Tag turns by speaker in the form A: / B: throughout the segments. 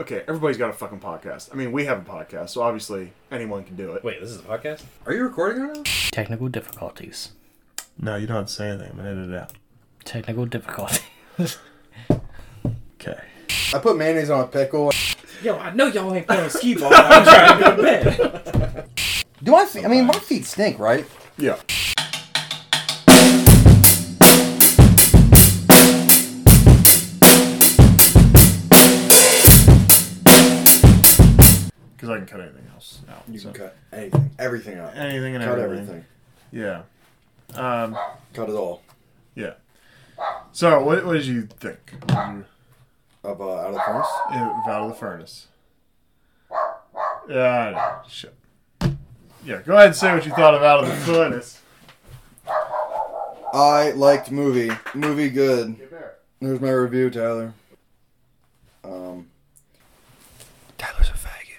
A: okay, everybody's got a fucking podcast. I mean, we have a podcast, so obviously anyone can do it.
B: Wait, this is a podcast?
C: Are you recording right now?
D: Technical difficulties.
E: No, you don't have to say anything. I'm gonna edit it out.
D: Technical difficulties.
E: Okay.
C: I put mayonnaise on a pickle.
B: Yo, I know y'all ain't playing skee ball. I'm trying to go to bed.
C: Do my feet? I mean, my feet stink, right?
A: Yeah. Because I can cut anything else out. so.
C: cut anything, everything out.
A: Anything and
C: Cut
A: everything.
C: everything.
A: Yeah. Um,
C: Cut it all.
A: yeah. So, what, what did you think of
C: Of uh, out of the furnace.
A: Out of the Furnace? Yeah, I know. Shit. Yeah, go ahead and say what you thought of Out of the Furnace.
C: I liked movie. Movie good. There's my review, Tyler. Um,
E: Tyler's a faggot.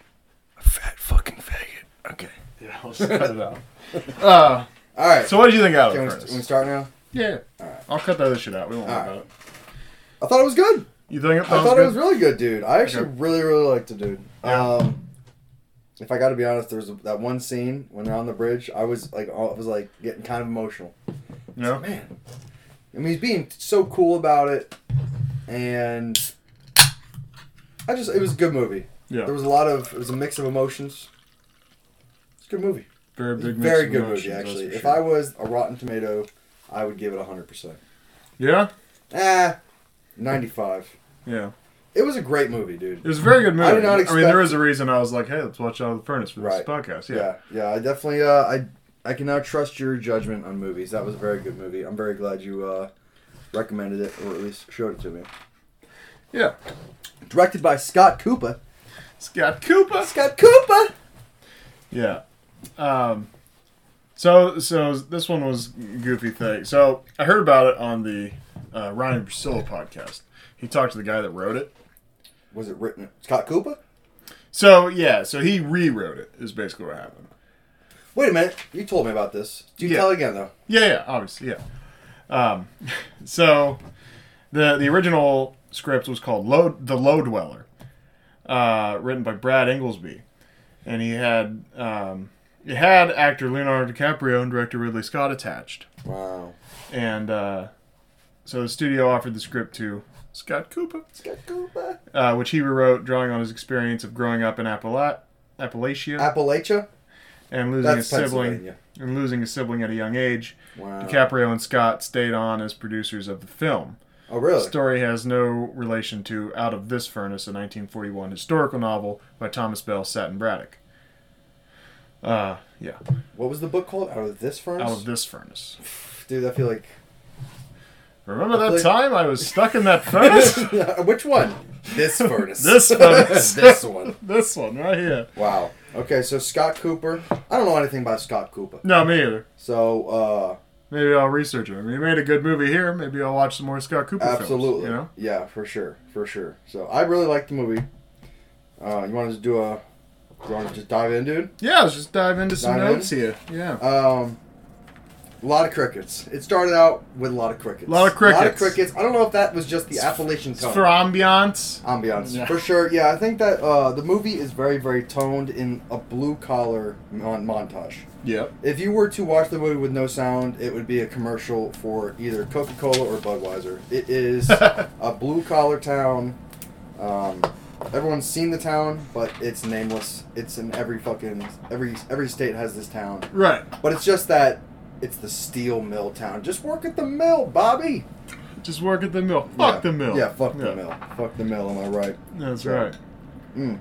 E: A fat fucking faggot. Okay.
A: Yeah, I'll just cut it out. Uh,
C: all right.
A: so, what did you think of Out
C: can we,
A: of the
C: st- we
A: Furnace?
C: start now?
A: Yeah. I'll cut the other shit out. We won't worry
C: Alright.
A: about it.
C: I thought it was good.
A: You think it
C: I
A: sounds
C: thought
A: good?
C: it was really good, dude. I actually
A: Okay.
C: really, really liked the dude.
A: Yeah.
C: Um, if I got to be honest, there's that one scene when they're on the bridge. I was like, all, I was like getting kind of emotional.
A: Yeah.
C: Man, I mean, he's being so cool about it, and I just it was a good movie.
A: Yeah.
C: There was a lot of it was a mix of emotions. It's a good movie.
A: very
C: It's a
A: big mix
C: very
A: of
C: good
A: emotions,
C: movie,
A: that's
C: actually.
A: for
C: If
A: sure.
C: I was a Rotten Tomato, I would give it hundred percent.
A: Yeah?
C: Ah, ninety-five.
A: Yeah.
C: It was a great movie, dude.
A: It was a very good movie.
C: I did not
A: mean, there
C: expect-
A: was a reason I was like, hey, let's watch Out of the Furnace for this
C: Right.
A: podcast. Yeah.
C: Yeah, yeah. I definitely, uh, I, I can now trust your judgment on movies. That was a very good movie. I'm very glad you uh, recommended it, or at least showed it to me.
A: Yeah.
C: Directed by Scott Cooper.
A: Scott Cooper.
C: Scott Cooper.
A: Yeah. Um, so, so this one was a goofy thing. So I heard about it on the uh, Ryan and Priscilla podcast. He talked to the guy that wrote it.
C: Was it written Scott Cooper?
A: So yeah, so he rewrote it. Is basically what happened.
C: Wait a minute. You told me about this. Do you
A: Yeah.
C: tell again though?
A: Yeah, yeah, obviously, yeah. Um, so the the original script was called "Low the Low Dweller, uh, written by Brad Inglesby, and he had um, it had actor Leonardo DiCaprio and director Ridley Scott attached,
C: Wow.
A: and uh, so the studio offered the script to Scott Cooper,
C: Scott Cooper.
A: uh, which he rewrote, drawing on his experience of growing up in Appala- Appalachia
C: Appalachia.
A: and losing
C: Ah, That's
A: a sibling
C: Pennsylvania. Uh,
A: and losing a sibling at a young age.
C: Wow.
A: DiCaprio and Scott stayed on as producers of the film.
C: Oh really?
A: The story has no relation to Out of This Furnace, a 1941 historical novel by Thomas Bell Satin Braddock. Uh, yeah,
C: What was the book called? Out of this furnace.
A: Out of This Furnace.
C: Dude, I feel like.
A: Remember that
C: Like-
A: time I was stuck in that furnace?
C: Which one? This furnace.
A: This furnace.
C: this one.
A: this one right here.
C: Wow. Okay, so Scott Cooper. I don't know anything about Scott Cooper.
A: No, me either.
C: So, uh,
A: Maybe I'll research it. I mean, he made a good movie here. Maybe I'll watch some more Scott Cooper films.
C: absolutely.
A: You know?
C: Yeah, for sure. For sure. So, I really liked the movie. Uh, you want to do a. You want to just dive in, dude?
A: Yeah, let's just dive into some
C: Dive in?
A: notes here. Yeah.
C: Um, a lot of crickets. It started out with a lot of crickets.
A: Lot of
C: A lot of
A: crickets.
C: crickets. I don't know if that was just the Appalachian
A: It's
C: tone.
A: for ambiance.
C: ambiance.
A: Yeah.
C: For sure. Yeah, I think that uh, the movie is very, very toned in a blue collar mon- montage.
A: Yep.
C: If you were to watch the movie with no sound, it would be a commercial for either Coca Cola or Budweiser. It is a blue collar town. Um, everyone's seen the town, but it's nameless. It's in every fucking every every state has this town.
A: Right.
C: But it's just that it's the steel mill town. Just work at the mill, Bobby.
A: Just work at the mill. Fuck the
C: Yeah.
A: mill.
C: Yeah, fuck the mill. Fuck the mill. Am I right?
A: That's
C: Yeah.
A: right.
C: Mm.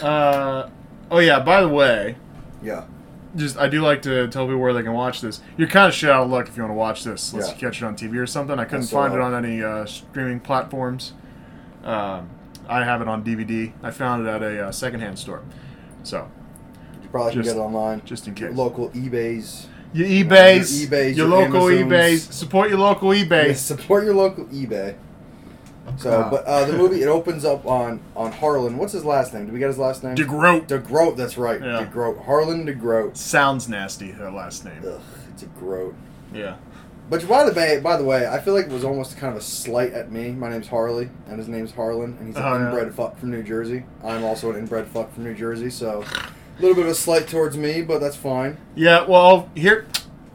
A: Uh, oh yeah. By the way,
C: Yeah.
A: just I do like to tell people where they can watch this. You're kind of shit out of luck if you want to watch this. Unless
C: Yeah.
A: you catch it on TV or something. I couldn't
C: That's
A: find it
C: all right.
A: on any uh, streaming platforms. Um, I have it on DVD. I found it at a uh, secondhand store. So
C: You probably
A: Just-
C: can get it online.
A: just in case.
C: Local eBay's.
A: your eBays,
C: Your eBays,
A: your,
C: your
A: local
C: Amazons.
A: eBays, support your local
C: Yeah,
A: eBays.
C: support your local eBay. So,
A: Ah.
C: but uh, the movie it opens up on on Harlan. What's his last name? Do we get his last name?
A: DeGroat
C: DeGroat. That's right.
A: Yeah.
C: DeGroat. Harlan DeGroat.
A: sounds nasty. Her last name.
C: Ugh, it's a groat.
A: Yeah.
C: But by the way, by the way, I feel like it was almost kind of a slight at me. My name's Harley, and his name's Harlan, and he's an
A: Oh, yeah.
C: inbred fuck from New Jersey. I'm also an inbred fuck from New Jersey, so a little bit of a slight towards me, but that's fine.
A: Yeah, well, here,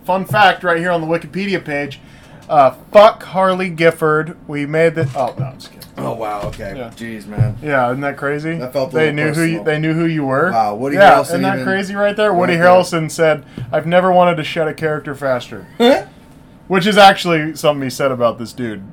A: fun fact right here on the Wikipedia page. Uh, fuck Harley Gifford. We made the. Oh no, I'm just kidding.
C: Oh wow, okay,
A: Yeah.
C: jeez, man.
A: Yeah, isn't that crazy?
C: That felt a
A: they
C: little
A: knew who you,
C: personal.
A: they knew who you were.
C: Wow, Woody
A: yeah,
C: Harrelson
A: Isn't that
C: even-
A: crazy right there? Woody
C: Right there.
A: Harrelson said, "I've never wanted to shed a character faster," which is actually something he said about this dude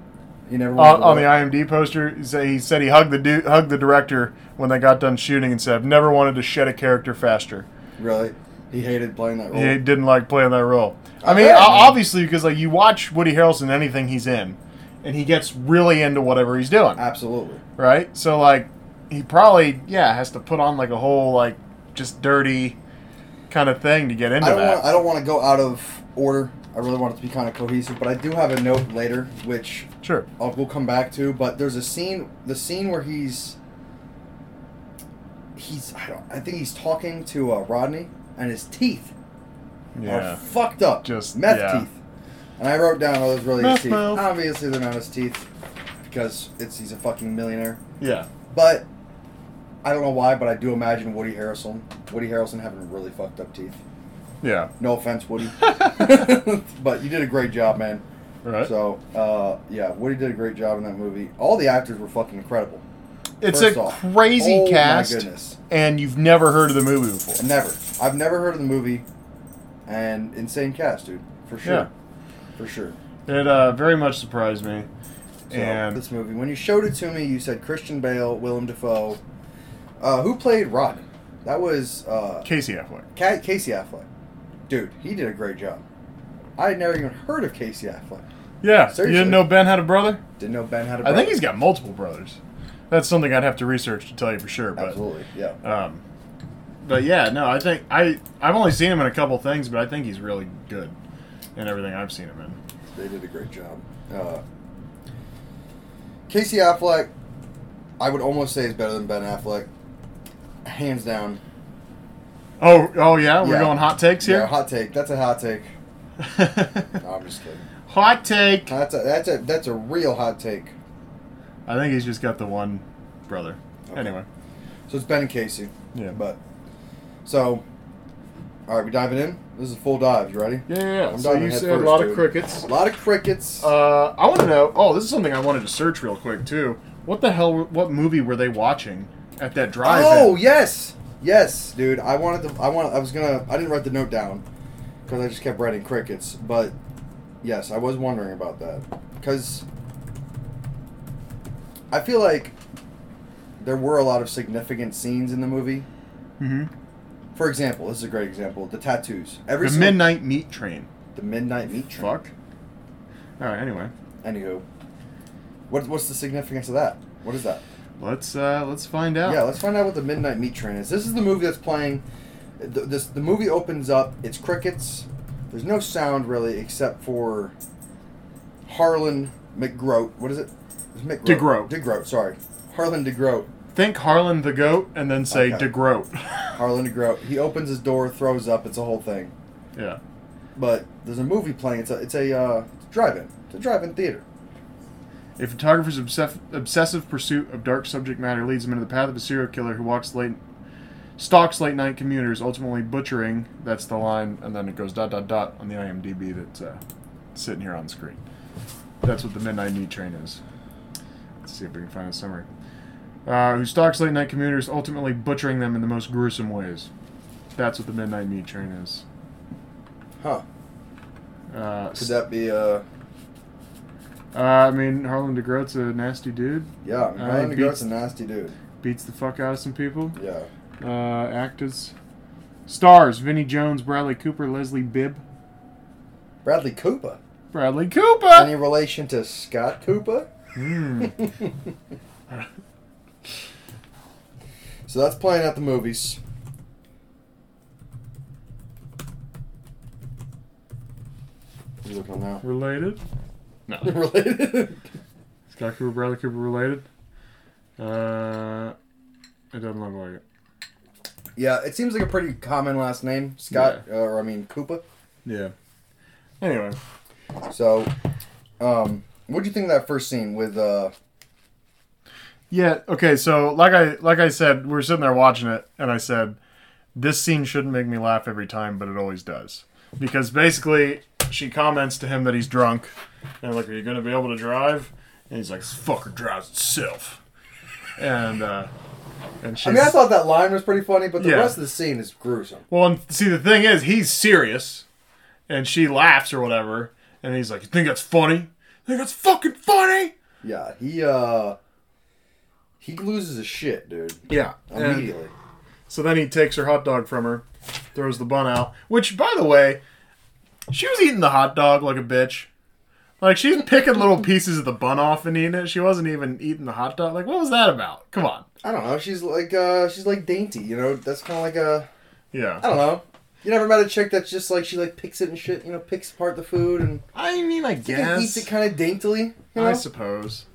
C: You never
A: on,
C: wanted
A: on
C: to
A: the IMDb poster. He said he, said he hugged the du- hugged the director when they got done shooting and said, "I've never wanted to shed a character faster."
C: really. He hated playing that role.
A: He didn't like playing that role. I mean,
C: bet,
A: o-
C: man.
A: obviously, because like you watch Woody Harrelson in anything he's in, and he gets really into whatever he's doing,
C: Absolutely.
A: right? So like, he probably yeah has to put on like a whole like just dirty kind of thing to get into
C: I don't
A: that.
C: want. I don't want to go out of order. I really want it to be kind of cohesive, but I do have a note later, which
A: sure.
C: I'll, we'll come back to. But there's a scene, the scene where he's he's I don't I think he's talking to uh, Rodney, and his teeth are
A: Yeah.
C: fucked up,
A: Just-
C: meth
A: yeah.
C: teeth. And I wrote down, "Oh, those really his
A: Meth
C: teeth."
A: mouth.
C: Obviously, they're not his teeth because it's he's a fucking millionaire.
A: Yeah.
C: But I don't know why, but I do imagine Woody Harrelson, Woody Harrelson having really fucked up teeth.
A: Yeah.
C: No offense, Woody, but you did a great job, man.
A: Right.
C: So, uh, yeah, Woody did a great job in that movie. All the actors were fucking incredible.
A: it's
C: first
A: a
C: off,
A: crazy
C: oh
A: cast,
C: My goodness.
A: and you've never heard of the movie before.
C: Never. I've never heard of the movie, and insane cast, dude. For sure.
A: Yeah.
C: For sure.
A: It uh, very much surprised me.
C: So,
A: and
C: this movie, when you showed it to me, you said Christian Bale, Willem Dafoe. Uh, who played Rod? That was uh,
A: Casey Affleck.
C: Ca- Casey Affleck. Dude, he did a great job. I had never even heard of Casey Affleck.
A: Yeah. You
C: Seriously.
A: didn't know Ben had a brother?
C: Didn't know Ben had
A: I
C: a brother.
A: think he's got multiple brothers. That's something I'd have to research to tell you for sure. But
C: Absolutely, yeah.
A: um, but yeah, no, I think I I've only seen him in a couple things, but I think he's really good in everything I've seen him in.
C: They did a great job. Uh, Casey Affleck, I would almost say is better than Ben Affleck, hands down.
A: Oh, oh yeah, we're
C: Yeah.
A: going hot takes
C: Yeah,
A: here.
C: hot take. That's a hot take.
A: hot,
C: No, I'm just kidding.
A: take.
C: That's a that's a that's a real hot take.
A: I think he's just got the one brother.
C: Okay.
A: Anyway,
C: So it's Ben and Casey.
A: yeah,
C: But so, all right, we diving in. This is a full dive. You ready?
A: yeah, yeah. yeah.
C: I'm
A: So
C: diving
A: you
C: head
A: said a
C: first,
A: lot of
C: dude.
A: crickets.
C: A lot of crickets.
A: Uh, I want to know. Oh, this is something I wanted to search real quick too. What the hell? What movie were they watching at that drive?
C: Oh yes, yes, dude. I wanted to. I want. I was gonna. I didn't write the note down because I just kept writing crickets. But yes, I was wondering about that because I feel like there were a lot of significant scenes in the movie.
A: hmm
C: For example, this is a great example: the tattoos. Every
A: The
C: single-
A: Midnight Meat Train.
C: the midnight meat train.
A: Fuck. All right. Anyway,
C: Anywho, what, what's the significance of that? What is that?
A: let's uh, let's find out.
C: Yeah, let's find out what the Midnight Meat Train is. This is the movie that's playing. The, this the movie opens up. It's crickets. There's no sound really, except for Harlan McGroat. What is it? It's
A: DeGroat.
C: McGroat. DeGroat. Sorry, Harlan DeGroat.
A: Think Harlan the Goat and then say
C: Okay.
A: De DeGroat.
C: Harlan DeGroat. He opens his door, throws up. It's a whole thing.
A: yeah.
C: But there's a movie playing. It's a it's a uh, drive-in. It's a drive-in theater.
A: A photographer's obsess- obsessive pursuit of dark subject matter leads him into the path of a serial killer who walks late, stalks late night commuters, ultimately butchering. That's the line, and then it goes dot dot dot on the IMDb that's uh, sitting here on the screen. That's what the Midnight Meat Train is. Let's see if we can find a summary. Uh, who stalks late night commuters, ultimately butchering them in the most gruesome ways. That's what the Midnight Meat Train is.
C: Huh?
A: Uh,
C: Could that be uh?
A: Uh, I mean, Harlan DeGroat's a nasty dude.
C: Yeah,
A: Uh,
C: Harlan
A: he
C: DeGroat's a
A: beats-
C: nasty dude.
A: Beats the fuck out of some people.
C: Yeah.
A: Uh, actors. Stars Vinnie Jones, Bradley Cooper, Leslie Bibb.
C: Bradley Cooper.
A: Bradley
C: Any
A: Cooper!
C: relation to Scott Cooper?
A: Hmm.
C: So that's playing at the movies. You looking now?
A: related? No.
C: Related?
A: Scott Cooper, Bradley Cooper related? Uh, it doesn't look like it.
C: yeah, it seems like a pretty common last name, Scott, uh, or I mean Koopa.
A: Yeah. Anyway.
C: So, um, what'd you think of that first scene with uh,
A: Yeah. Okay. So, like I like I said, we are sitting there watching it, and I said, "This scene shouldn't make me laugh every time, but it always does." Because basically, she comments to him that he's drunk, and I'm like, "Are you going to be able to drive?" And he's like, "This "Fucker drives itself." And uh, and she's
C: I mean, I thought that line was pretty funny, but the
A: Yeah.
C: rest of the scene is gruesome.
A: well. And see, the thing is, he's serious, and she laughs or whatever, and he's like, "You think that's funny? think that's fucking funny?"
C: Yeah, he uh, he loses his shit, dude,
A: Yeah. And-
C: immediately.
A: So then he takes her hot dog from her, throws the bun out. Which, by the way, she was eating the hot dog like a bitch. Like she's picking little pieces of the bun off and eating it. She wasn't even eating the hot dog. Like, what was that about? Come on.
C: I don't know. She's like uh, she's like dainty, you know. That's kind of like a I
A: Yeah.
C: don't know. You never met a chick that's just like she like picks it and shit, you know, picks apart the food and
A: I mean, I
C: yeah, eats it
A: guess.
C: kind of daintily. You know?
A: I suppose.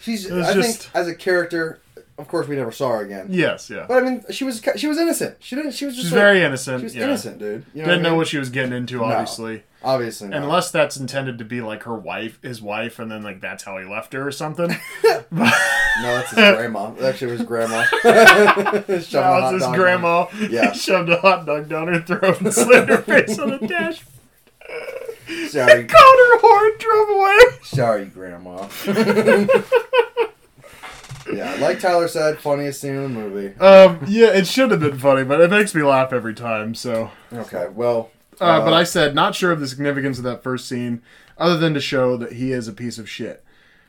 C: She's
A: It was
C: I
A: just-
C: think as a character, of course, we never saw her again.
A: Yes. Yeah.
C: But I mean, she was ki- she was innocent. She didn't. She was just
A: She's
C: like-
A: very
C: She
A: innocent.
C: was
A: Yeah.
C: innocent, dude. You
A: Didn't
C: know what I
A: know
C: mean?
A: what she was getting into, obviously.
C: Obviously, not.
A: Unless that's intended to be like her wife, his wife, and then like that's how he left her or something.
C: no, that's his grandma. Actually, it was grandma. Shoving
A: That
C: a hot
A: was his
C: dog in.
A: grandma.
C: Yeah.
A: shoved a hot dog down her throat and slammed her face on the dash.
C: Sorry,
A: Called her whore and drove away.
C: sorry, grandma. yeah, like Tyler said, funniest scene in the movie.
A: Um, yeah, it should have been funny, but it makes me laugh every time. So,
C: Okay, well,
A: uh, but I said not sure of the significance of that first scene, other than to show that he is a piece of shit.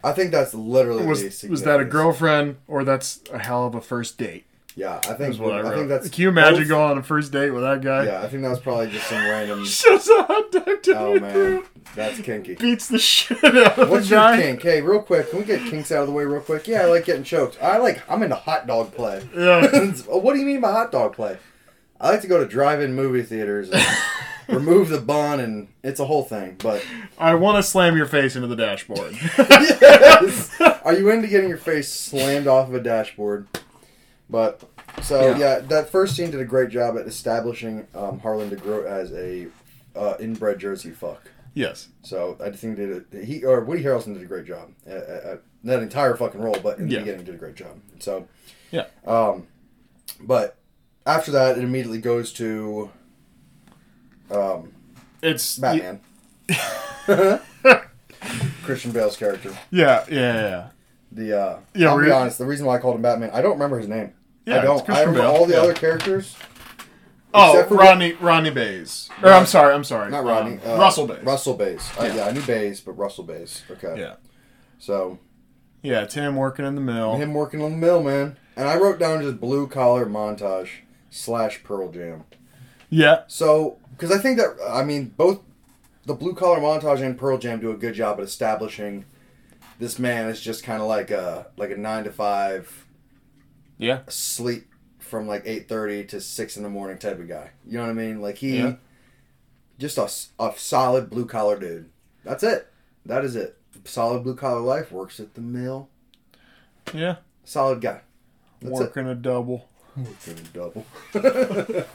C: I think that's literally the
A: Was was that a
C: significance.
A: girlfriend or that's a hell of a first date?
C: Yeah, I think
A: Is what I,
C: I,
A: wrote.
C: think that's.
A: Can you imagine
C: both-
A: going on a first date with that guy?
C: Yeah, I think that was probably just some random.
A: Shoves a hot dog down
C: oh
A: her
C: man,
A: throat,
C: that's kinky.
A: beats the shit out of
C: What's
A: the
C: your
A: guy.
C: kink? Hey, real quick, can we get kinks out of the way real quick? Yeah, I like getting choked. I like. I'm into hot dog play.
A: Yeah.
C: what do you mean by hot dog play? I like to go to drive-in movie theaters and remove the bun, and it's a whole thing. But
A: I want to slam your face into the dashboard.
C: yes, are you into getting your face slammed off of a dashboard? But so yeah,
A: Yeah.
C: that first scene did a great job at establishing um, Harlan DeGroat as a uh, inbred Jersey fuck.
A: yes.
C: So I just think that it- he or Woody Harrelson did a great job. Uh, uh, uh, that entire fucking role, but in the
A: Yeah.
C: beginning did a great job. So
A: Yeah.
C: Um, but after that, it immediately goes to um,
A: It's
C: Batman. Christian Bale's character.
A: Yeah, yeah, yeah.
C: The uh,
A: Yeah,
C: I'll be
A: we're-
C: honest. The reason why I called him Batman, I don't remember his name.
A: Yeah,
C: I
A: it's
C: don't. I
A: Christian
C: remember
A: Bale,
C: all the
A: yeah.
C: other characters.
A: Oh,
C: Except for-
A: Rodney Rodney Bays. Or I'm sorry, I'm sorry.
C: Not Rodney.
A: Um,
C: uh,
A: Russell Bays.
C: Russell Bays. Uh,
A: Yeah.
C: yeah, I knew Bays, but Russell Bays. Okay.
A: Yeah,
C: So
A: yeah. It's him working in the mill.
C: Him working on the mill, man. And I wrote down just blue collar montage slash Pearl Jam.
A: Yeah,
C: So, because I think that I mean both the blue collar montage and Pearl Jam do a good job at establishing this man is just kind of like a like a nine to five
A: yeah,
C: sleep from like eight thirty to six in the morning type of guy. You know what I mean? Like he
A: Yeah.
C: just a, s- a solid blue collar dude. That's it. That is it. Solid blue collar life. Works at the mill.
A: yeah.
C: Solid guy. That's it.
A: working a double.
C: double.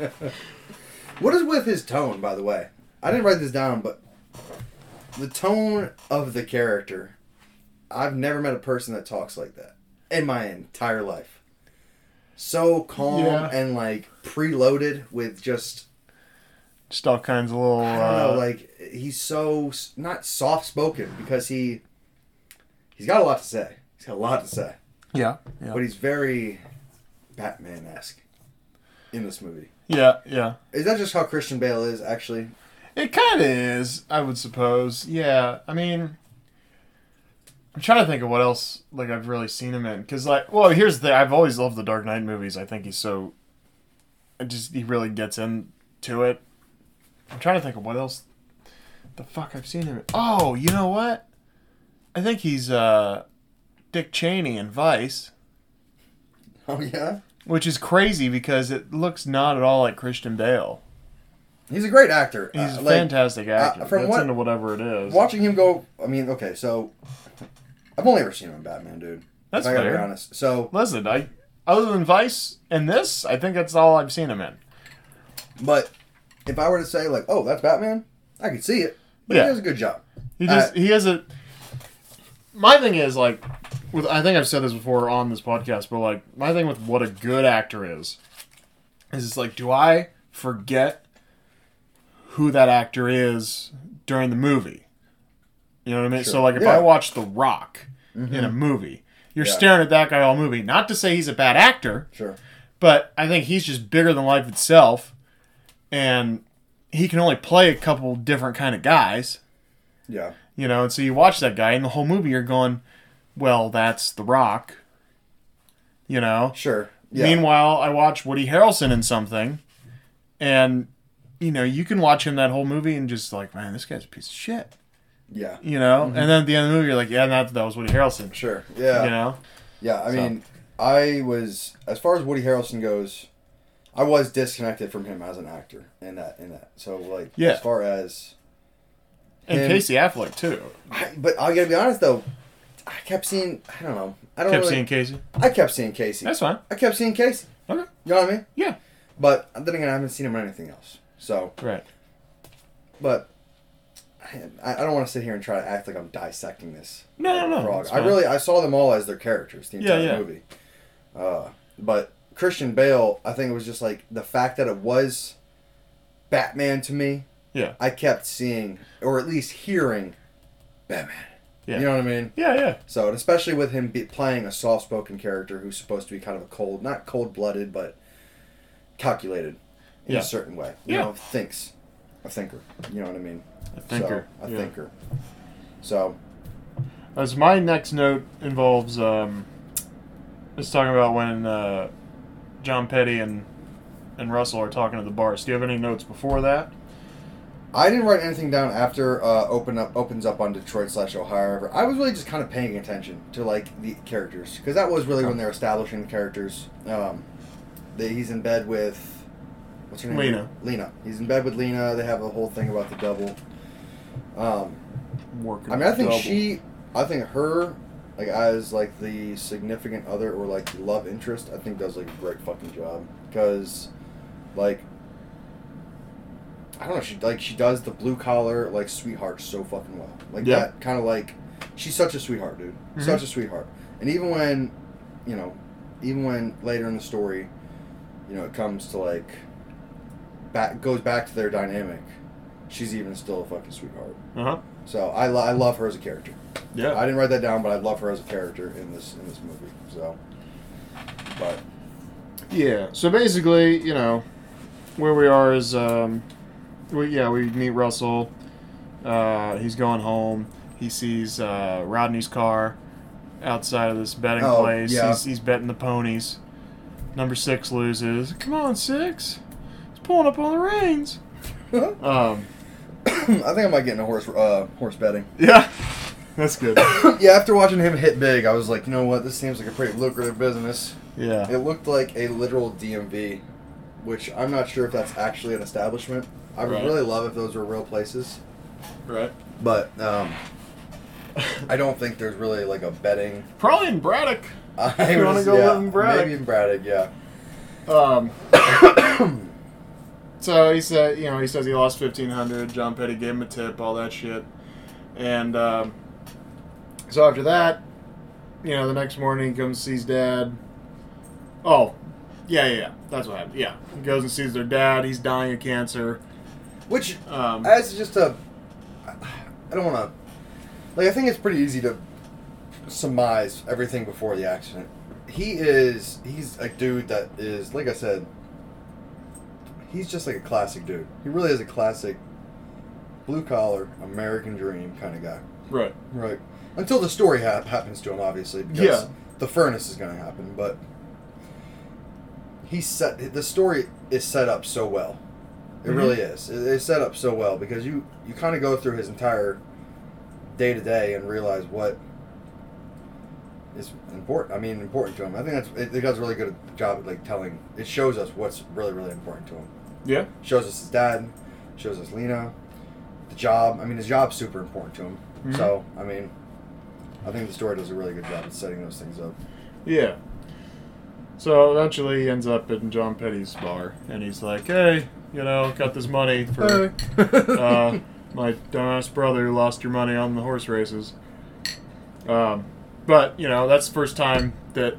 C: what is with his tone, by the way? I didn't write this down, but the tone of the character. I've never met a person that talks like that in my entire life. So calm
A: Yeah.
C: and like preloaded with just
A: Just all kinds of little.
C: I don't know,
A: uh,
C: like he's so s- not soft spoken because he he's got a lot to say. He's got a lot to say,
A: yeah, yeah,
C: but he's very Batman esque in this movie.
A: yeah, yeah.
C: Is that just how Christian Bale is, actually?
A: It kind of is, I would suppose. Yeah, I mean, I'm trying to think of what else like I've really seen him in. Because like, well, here's the thing. I've always loved the Dark Knight movies. I think he's so, I just he really gets into it. I'm trying to think of what else. The fuck I've seen him. In. Oh, you know what? I think he's uh, Dick Cheney in Vice,
C: Oh, yeah?
A: which is crazy because it looks not at all like Christian Bale.
C: He's a great actor.
A: He's
C: Uh,
A: a
C: like,
A: fantastic actor.
C: from
A: That's
C: what-
A: into whatever it is.
C: Watching him go, I mean, okay, so I've only ever seen him in Batman, dude.
A: That's
C: If I gotta
A: fair.
C: be honest. So,
A: Listen, I other than Vice and this, I think that's all I've seen him in.
C: but if I were to say, like, oh, that's Batman, I could see it. But
A: Yeah.
C: he does a good job.
A: He just he has a. My thing is like, with I think I've said this before on this podcast, but like my thing with what a good actor is, is it's like, do I forget who that actor is during the movie? You know what I mean? So
C: Sure.
A: like, if
C: Yeah. Mm-hmm.
A: I watch The Rock in a movie, you're
C: Yeah.
A: staring at that guy all movie. Not to say he's a bad actor,
C: Sure.
A: but I think he's just bigger than life itself, and he can only play a couple different kind of guys.
C: Yeah.
A: You know, and so you watch that guy, and the whole movie you're going, well, that's The Rock. You know?
C: Sure. Yeah.
A: Meanwhile, I watch Woody Harrelson in something, and, you know, you can watch him that whole movie and just like, man, this guy's a piece of shit.
C: yeah.
A: You know? And then at the end of the movie, you're like, yeah, that, that was Woody Harrelson.
C: Sure. Yeah.
A: You know?
C: Yeah. I
A: So.
C: mean, I was as far as Woody Harrelson goes, I was disconnected from him as an actor in that in that. So like,
A: Yeah.
C: as far as,
A: And
C: Him-
A: Casey Affleck, too.
C: I, but I gotta be honest though, I kept seeing. I don't know. I don't
A: Kept
C: really-
A: seeing Casey.
C: I kept seeing Casey.
A: That's fine.
C: I kept seeing Casey.
A: Okay.
C: You know what I mean?
A: Yeah.
C: But then again, I haven't seen him in anything else. So,
A: Right.
C: but I, I don't want to sit here and try to act like I'm dissecting this.
A: No, no, no,
C: frog.
A: that's
C: I
A: fine.
C: really I saw them all as their characters the
A: Yeah,
C: entire
A: yeah.
C: movie. Uh, but Christian Bale, I think it was just like the fact that it was Batman to me.
A: Yeah.
C: I kept seeing or at least hearing Batman.
A: Yeah.
C: You know what I mean?
A: Yeah, yeah.
C: So, and especially with him be playing a soft-spoken character who's supposed to be kind of a cold, not cold-blooded, but calculated in
A: Yeah.
C: a certain way. You
A: Yeah.
C: know, thinks, a thinker. You know what I mean?
A: A thinker.
C: So, a
A: yeah.
C: thinker. So,
A: As my next note involves, um, it's talking about when uh, John Petty and and Russell are talking at the bars. Do you have any notes before that?
C: I didn't write anything down after uh, open up opens up on Detroit slash Ohio River. I was really just kind of paying attention to like the characters because that was really when they're establishing the characters. Um, they, he's in bed with what's her name?
A: Lena.
C: Lena. He's in bed with Lena. They have a whole thing about the devil. Um,
A: Working.
C: I mean, I think
A: double.
C: she, I think her, like as like the significant other or like the love interest, I think does like a great fucking job because, like, I don't know, she like she does the blue collar like sweetheart so fucking well, like
A: Yeah.
C: that kind of like, she's such a sweetheart, dude,
A: Mhm.
C: such a sweetheart, and even when, you know, even when later in the story, you know, it comes to like, back goes back to their dynamic, she's even still a fucking sweetheart.
A: Uh huh.
C: So I, lo- I love her as a character.
A: Yeah.
C: I didn't write that down, but I love her as a character in this in this movie. So, but
A: Yeah. So basically, you know, where we are is, um, we, yeah, we meet Russell. Uh, he's going home. He sees uh, Rodney's car outside of this betting
C: Oh,
A: place.
C: yeah.
A: He's, he's betting the ponies. Number six loses. Come on, six. He's pulling up on the reins. Um,
C: I think I might get into horse uh, horse betting.
A: yeah, that's good.
C: yeah, after watching him hit big, I was like, you know what? This seems like a pretty lucrative business.
A: Yeah.
C: It looked like a literal DMV, which I'm not sure if that's actually an establishment. I would
A: Right.
C: really love if those were real places,
A: Right.
C: but um, I don't think there's really like a betting.
A: Probably in Braddock.
C: I
A: You wanna
C: was-
A: go
C: yeah,
A: live in Braddock?
C: Maybe in Braddock, yeah.
A: Um, so he said, you know, he says he lost fifteen hundred. John Petty gave him a tip, all that shit, and um, so after that, you know, the next morning he comes and sees dad. Oh, yeah, yeah, yeah, that's what happened. Yeah, he goes and sees their dad. He's dying of cancer.
C: Which
A: Um,
C: as just a i don't want to like i think it's pretty easy to surmise everything before the accident he is he's a dude that is like i said he's just like a classic dude he really is a classic blue collar american dream kind of guy
A: right.
C: right until the story hap happens to him obviously because
A: Yeah.
C: the furnace is going to happen but he set the story is set up so well. It
A: Mhm.
C: really is. It, it's set up so well because you you kind of go through his entire day to day and realize what is important. I mean, important to him. I think that's it, it does a really good job at like telling. It shows us what's really really important to him.
A: Yeah.
C: Shows us his dad. Shows us Lena. The job. I mean, his job's super important to him.
A: Mhm.
C: So I mean, I think the story does a really good job at setting those things up.
A: Yeah. So eventually he ends up in John Petty's bar, and he's like, "Hey, you know, got this money for uh, my dumbass brother who lost your money on the horse races. Um, but you know, that's the first time that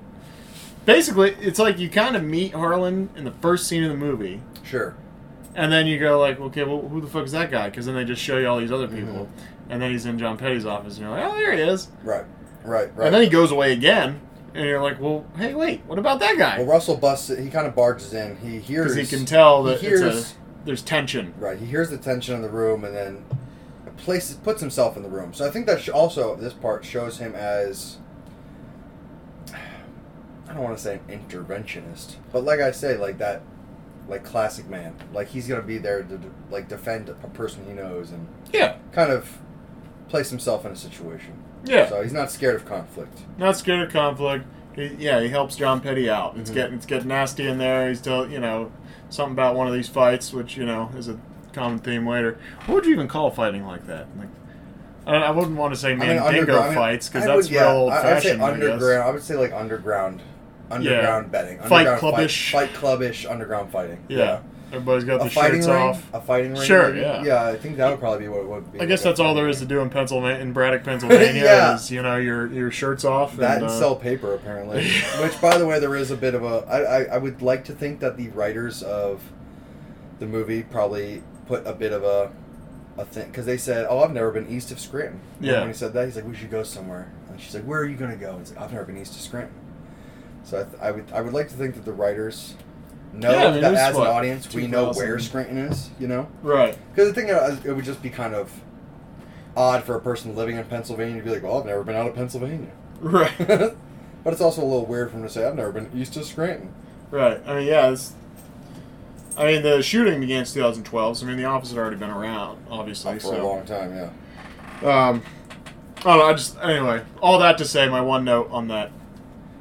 A: basically it's like you kind of meet Harlan in the first scene of the movie,
C: Sure.
A: and then you go like, okay, well, who the fuck is that guy? Because then they just show you all these other people, and then he's in John Petty's office, and you're like, oh, there he is.
C: Right. Right. Right.
A: And then he goes away again, and you're like, well, hey, wait, what about that
C: well,
A: guy?
C: Russell busts. It. He kind of barges in. He hears.
A: Because he can tell that
C: he
A: it's
C: hears-
A: a, there's tension.
C: Right. He hears the tension in the room and then places puts himself in the room. So I think that sh- also this part shows him as I don't want to say an interventionist, but like I say, like that, like classic man. Like he's gonna be there to de- like defend a person he knows and
A: Yeah,
C: kind of place himself in a situation.
A: yeah.
C: So he's not scared of conflict.
A: Not scared of conflict. He, yeah, he helps John Petty out. It's
C: Mhm.
A: getting it's getting nasty in there. He's tell you know something about one of these fights, which you know is a common theme later. What would you even call fighting like that? Like, I, I wouldn't want to say
C: I mean,
A: mandingo
C: underground- I mean,
A: fights because
C: I
A: that's
C: would-
A: real
C: yeah,
A: old
C: I-
A: fashioned.
C: I
A: I
C: would say underground. I, would say like underground, underground betting,
A: Fight
C: underground
A: clubbish.
C: fight, fight clubbish, underground fighting.
A: guess. Yeah. everybody's got
C: a
A: the
C: fighting
A: shirts
C: ring.
A: off.
C: A fighting ring.
A: Sure,
C: maybe?
A: yeah.
C: Yeah, I think that would probably be what it would be.
A: I guess that's all there is to do in Pennsylvania, in Braddock, Pennsylvania,
C: Yeah.
A: is you know your your shirts off.
C: That
A: and,
C: and
A: uh,
C: sell paper, apparently. Which, by the way, there is a bit of a. I, I, I would like to think that the writers of the movie probably put a bit of a a thing because they said, "Oh, I've never been east of Scranton." And
A: Yeah.
C: When he said that, he's like, "We should go somewhere." And she's like, "Where are you gonna go?" And he's like, "I've never been east of Scranton." So I, th- I would I would like to think that the writers know
A: Yeah, I mean,
C: that
A: this is
C: as
A: what,
C: an audience we know where
A: 2000.
C: Scranton is. You know.
A: right.
C: Because the thing is, it would just be kind of odd for a person living in Pennsylvania to be like, "Well, I've never been out of Pennsylvania,"
A: Right.
C: but it's also a little weird for him to say, "I've never been east of Scranton."
A: Right. I mean, yeah. It's, I mean, the shooting began in 2012. So I mean, the office had already been around, obviously.
C: for a
A: So,
C: long time, yeah.
A: um, I don't know. I just anyway, all that to say, my one note on that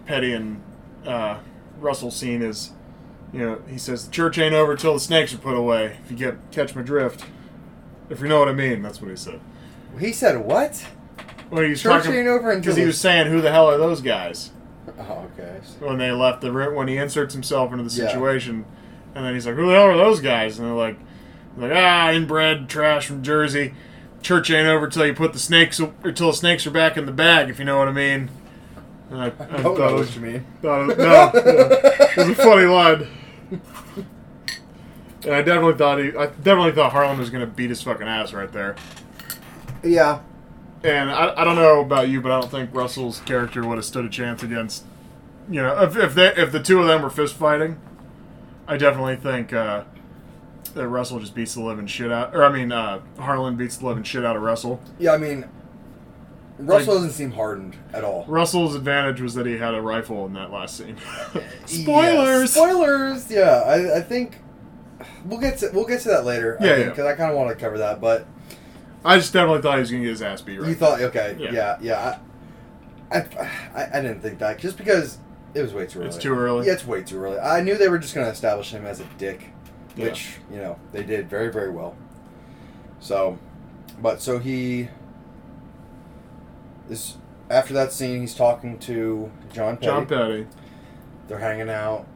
A: Petty and uh, Russell scene is, you know, he says the church ain't over till the snakes are put away. If you get catch my drift, if you know what I mean, that's what he said.
C: He said, "What?
A: Well, he was
C: Church
A: talking
C: ain't over until
A: because he
C: the-
A: was saying, "Who the hell are those guys?"
C: Oh, okay. I see.
A: when they left the room when he inserts himself into the
C: Yeah.
A: situation, and then he's like, "Who the hell are those guys?" And they're like, "Like ah, inbred trash from Jersey. Church ain't over till you put the snakes or till the snakes are back in the bag, if you know what I mean." And I, I
C: I
A: thought
C: don't know
A: it
C: what
A: was,
C: you mean."
A: thought it- no, yeah. it was a funny line. And I definitely thought he, I definitely thought Harlan was gonna beat his fucking ass right there.
C: Yeah.
A: And I, I don't know about you, but I don't think Russell's character would have stood a chance against, you know, if if, they, if the two of them were fist fighting, I definitely think uh, that Russell just beats the living shit out, or I mean, uh, Harlan beats the living shit out of Russell.
C: Yeah, I mean, Russell
A: Like-
C: doesn't seem hardened at all.
A: Russell's advantage was that he had a rifle in that last scene. Spoilers.
C: Yeah, spoilers. Yeah, I, I think we'll get to we'll get to that later.
A: Yeah,
C: I
A: yeah.
C: Because I kind of want to cover that, but
A: I just definitely thought he was gonna get his ass beat. Right.
C: You thought okay,
A: Yeah.
C: yeah, yeah. I, I, I didn't think that just because it was way too early.
A: It's too early.
C: Yeah, it's way too early. I knew they were just going to establish him as a dick,
A: Yeah.
C: which you know they did very very well. So, but so he is after that scene. He's talking to John. Petty.
A: John Petty.
C: They're hanging out.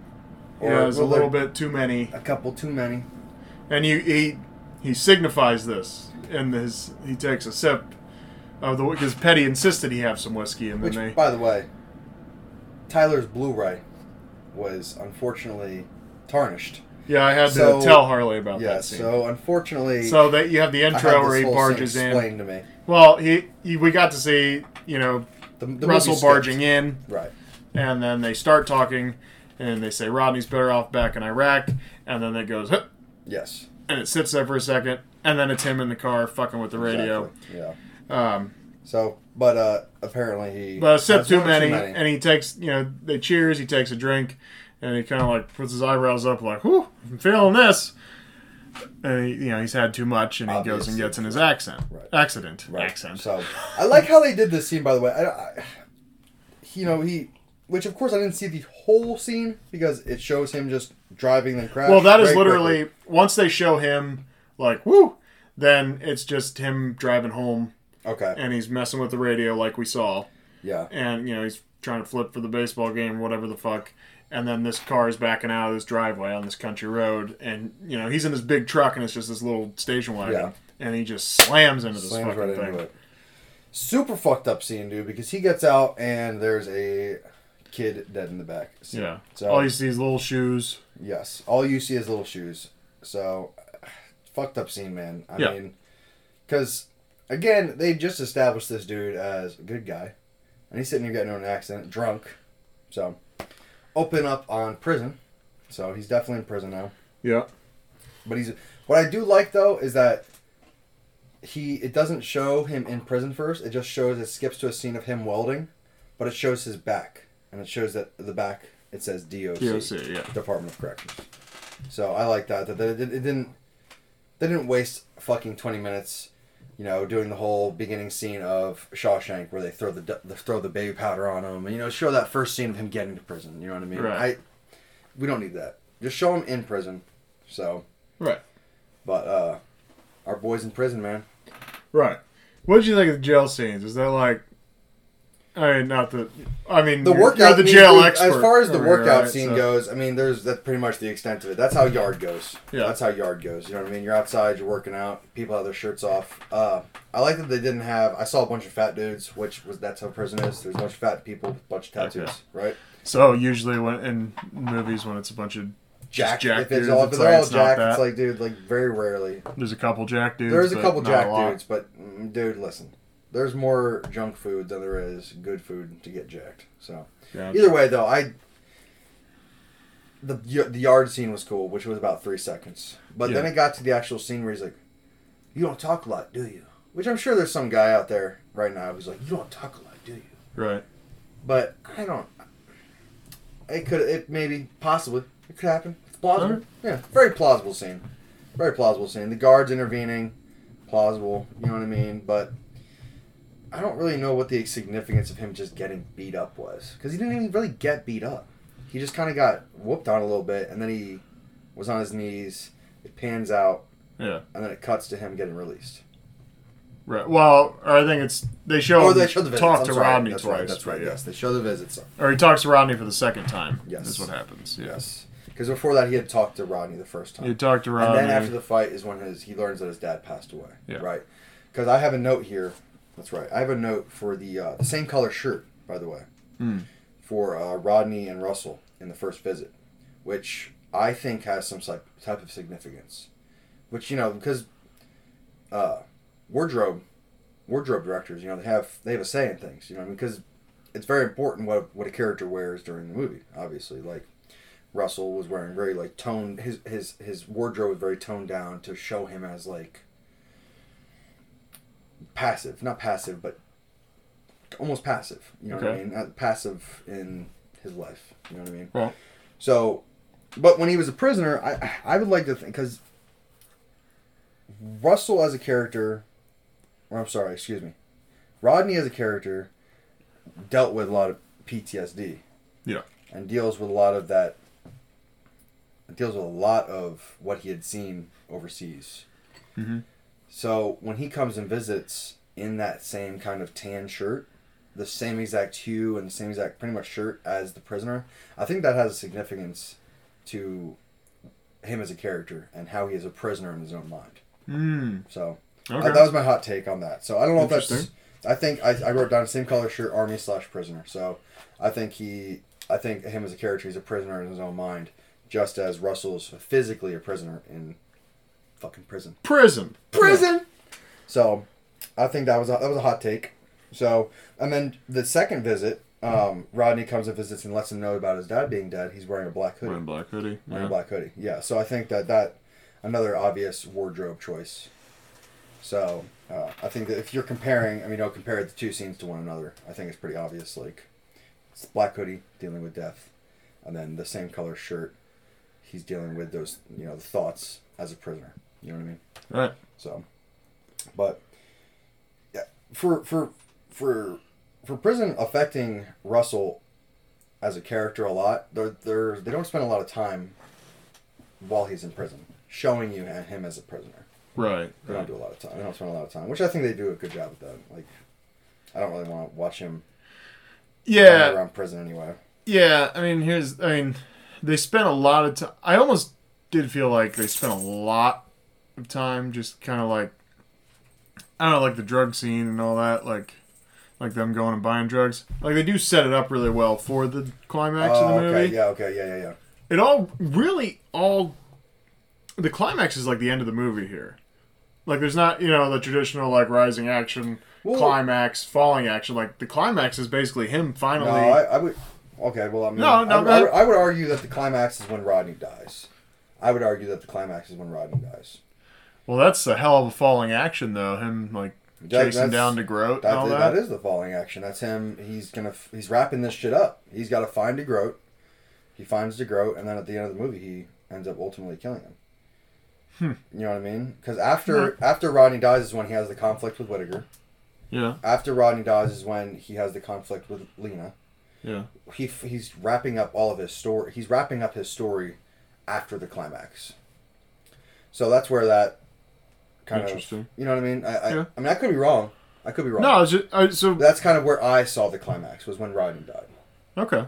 A: Yeah, it was a
C: well,
A: little
C: they're-
A: bit too many.
C: A couple too many.
A: and he he, he signifies this, and his he takes a sip of the because Petty insisted he have some whiskey, and then
C: Which,
A: they
C: by the way, Tyler's Blu-ray was unfortunately tarnished.
A: yeah I had
C: so-
A: to tell Harley about
C: Yeah,
A: that scene. So,
C: so unfortunately,
A: that you have the
C: I had
A: intro
C: this
A: where he
C: whole thing
A: barges in.
C: Explained to me.
A: Well, he, he we got to see you know
C: The, the
A: Russell
C: movie
A: barging
C: skipped.
A: in,
C: Right.
A: and then they start talking, and they say Rodney's better off back in Iraq, and then it goes, "Huh,"
C: Yes.
A: and it sits there for a second, and then it's him in the car fucking with the radio.
C: Exactly. Yeah.
A: Um,
C: So, but uh, apparently he.
A: But a sip
C: has
A: too
C: one
A: many, and he takes, you know, they cheers, he takes a drink, and he kind of like puts his eyebrows up, like, whew, I'm feeling this. And he, you know, he's had too much, and he goes and
C: Obviously.
A: gets in his accent.
C: Right.
A: Accident.
C: Right.
A: Accent.
C: So, I like how they did this scene. By the way, I, I, you know, he, which of course I didn't see the whole scene because it shows him just driving the crash.
A: well, that is
C: very
A: literally,
C: quickly.
A: once they show him, like, whoo, then it's just him driving home,
C: okay.
A: and he's messing with the radio like we saw.
C: Yeah.
A: and you know he's trying to flip for the baseball game, whatever the fuck. And then this car is backing out of this driveway on this country road, and you know he's in this big truck, and it's just this little station wagon,
C: Yeah.
A: and he just slams into this
C: slams
A: fucking
C: right
A: thing.
C: into it. Super fucked up scene, dude, because he gets out and there's a kid dead in the back. So-
A: Yeah.
C: So
A: All you see is little shoes.
C: yes, all you see is little shoes. So fucked up scene, man. I
A: Yeah.
C: mean, because again, they just established this dude as a good guy, and he's sitting here getting into an accident, drunk. So open up on prison. So he's definitely in prison now.
A: Yeah.
C: But he's what I do like though is that he it doesn't show him in prison first. It just shows it skips to a scene of him welding, but it shows his back and it shows that the back it says DOC,
A: DOC, yeah.
C: Department of Corrections. So I like that that it, it didn't they didn't waste fucking twenty minutes. You know, doing the whole beginning scene of Shawshank where they throw the du- the throw the baby powder on him, and you know, show that first scene of him getting to prison. You know what I mean?
A: Right.
C: I we don't need that. Just show him in prison. So
A: Right.
C: but uh our boys in prison, man.
A: Right. What did you think of the jail scenes? Is that like I mean not the I mean
C: The
A: you're- you're
C: workout
A: the
C: mean,
A: jail
C: dude,
A: expert.
C: As far as the
A: over here,
C: workout
A: Oh, right?
C: scene
A: So-
C: goes, I mean, there's that's pretty much the extent of it. That's how yard goes.
A: Yeah.
C: That's how yard goes. You know what I mean? You're outside, you're working out. People have their shirts off. Uh, I like that they didn't have. I saw a bunch of fat dudes, which was that's how prison is. There's a bunch of fat people, with a bunch of tattoos,
A: Okay.
C: right?
A: So usually when in movies when it's a bunch of
C: Jack,
A: jack
C: if it's
A: dudes,
C: all, if
A: it's
C: they're
A: like,
C: all
A: it's not
C: jacked,
A: that.
C: it's like, dude, like very rarely.
A: there's a couple jack dudes.
C: There's a
A: but
C: couple
A: not
C: jack
A: lot.
C: dudes, but mm, dude, listen, there's more junk food than there is good food to get jacked. So.
A: Yeah.
C: Either way, though, I the the yard scene was cool, which was about three seconds. But then
A: Yeah.
C: it got to the actual scene where he's like, "You don't talk a lot, do you?" Which I'm sure there's some guy out there right now who's like, "You don't talk a lot, do you?"
A: Right.
C: But I don't. It could. It maybe possibly. It could happen. It's plausible.
A: Alright.
C: Yeah, very plausible scene. Very plausible scene. The guards intervening, plausible. You know what I mean? But I don't really know what the significance of him just getting beat up was because he didn't even really get beat up. He just kind of got whooped on a little bit, and then he was on his knees. It pans out,
A: Yeah.
C: and then it cuts to him getting released.
A: Right. Well, I think it's they show
C: Oh, they show the visits.
A: talk
C: I'm
A: to
C: sorry.
A: Rodney
C: that's
A: twice.
C: Right, that's right.
A: but yeah.
C: Yes, they show the visits.
A: Or he talks to Rodney for the second time.
C: Yes.
A: That's what happens. Yeah.
C: Yes, because before that he had talked to Rodney the first time.
A: He talked to
C: And
A: Rodney.
C: then after the fight is when his he learns that his dad passed away.
A: Yeah.
C: Right. Because I have a note here. That's right. I have a note for the uh, the same color shirt, by the way,
A: Hmm.
C: for uh, Rodney and Russell in the first visit, which I think has some type type of significance. Which you know because uh, wardrobe wardrobe directors, you know, they have they have a say in things. You know, because it's very important what what a character wears during the movie. Obviously, like Russell was wearing very like toned his his his wardrobe was very toned down to show him as like passive, not passive, but almost passive. You know what I
A: Okay.
C: mean? Not passive in his life. You know what I mean?
A: Right.
C: So, but when he was a prisoner, I I would like to think because Russell as a character, or I'm sorry, excuse me, Rodney as a character dealt with a lot of PTSD
A: Yeah.
C: and deals with a lot of that deals with a lot of what he had seen overseas.
A: Mhm.
C: So when he comes and visits in that same kind of tan shirt, the same exact hue and the same exact pretty much shirt as the prisoner, I think that has a significance to him as a character and how he is a prisoner in his own mind.
A: Hmm.
C: So
A: Okay.
C: I- that was my hot take on that. So I don't know if that's.
A: Interesting.
C: I think I, I wrote down same color shirt, army slash prisoner. So I think he, I think him as a character, he's a prisoner in his own mind, just as Russell's physically a prisoner in fucking prison.
A: Prison.
C: So, I think that was a, that was a hot take. So, and then the second visit, um, Rodney comes and visits and lets him know about his dad being dead. He's wearing a black hoodie.
A: Wearing black hoodie.
C: Wearing
A: Yeah.
C: a black hoodie. Yeah. So I think that that another obvious wardrobe choice. So uh, I think that if you're comparing, I mean, I'll compare the two scenes to one another. I think it's pretty obvious. Like, it's the black hoodie dealing with death, and then the same color shirt. He's dealing with those, you know, the thoughts as a prisoner. You know what I mean?
A: Right.
C: So, but yeah, for for for for prison affecting Russell as a character a lot, they're they're they don't spend a lot of time while he's in prison showing you him as a prisoner.
A: Right.
C: They don't
A: Right.
C: do a lot of time. They don't spend a lot of time, which I think they do a good job with that. Like, I don't really want to watch him
A: Yeah.
C: around prison anyway.
A: Yeah, I mean, here's, I mean, they spent a lot of time. I almost did feel like they spent a lot of time just kind of like I don't know, like the drug scene and all that, like like them going and buying drugs. Like they do set it up really well for the climax of
C: Oh,
A: the movie.
C: okay. Yeah. Okay. Yeah. Yeah. Yeah.
A: It all really all the climax is like the end of the movie here. Like there's not you know the traditional like rising action
C: Well-
A: climax falling action. Like the climax is basically him finally.
C: No, I, I would. Okay, well, I mean,
A: No, no,
C: I,
A: go
C: I,
A: ahead.
C: would- I would argue that the climax is when Rodney dies. I would argue that the climax is when Rodney dies.
A: well, that's a hell of a falling action though. Him like
C: That-
A: chasing
C: that's-
A: down to Groat and
C: That,
A: all that.
C: that is the falling action. That's him. He's gonna. f- He's wrapping this shit up. He's got to find DeGroat. He finds DeGroat, and then at the end of the movie, he ends up ultimately killing him.
A: Hmm.
C: You know what I mean? Because after after Rodney dies is when he has the conflict with Whittaker.
A: Yeah,
C: After Rodney dies is when he has the conflict with Lena.
A: yeah.
C: He f- he's wrapping up all of his story. He's wrapping up his story after the climax. So that's where that kind
A: Interesting.
C: of you know what I mean. I I,
A: Yeah.
C: I mean I could be wrong. I could be wrong.
A: No, it's just I, so
C: That's kind of where I saw the climax was when Rodney died
A: okay.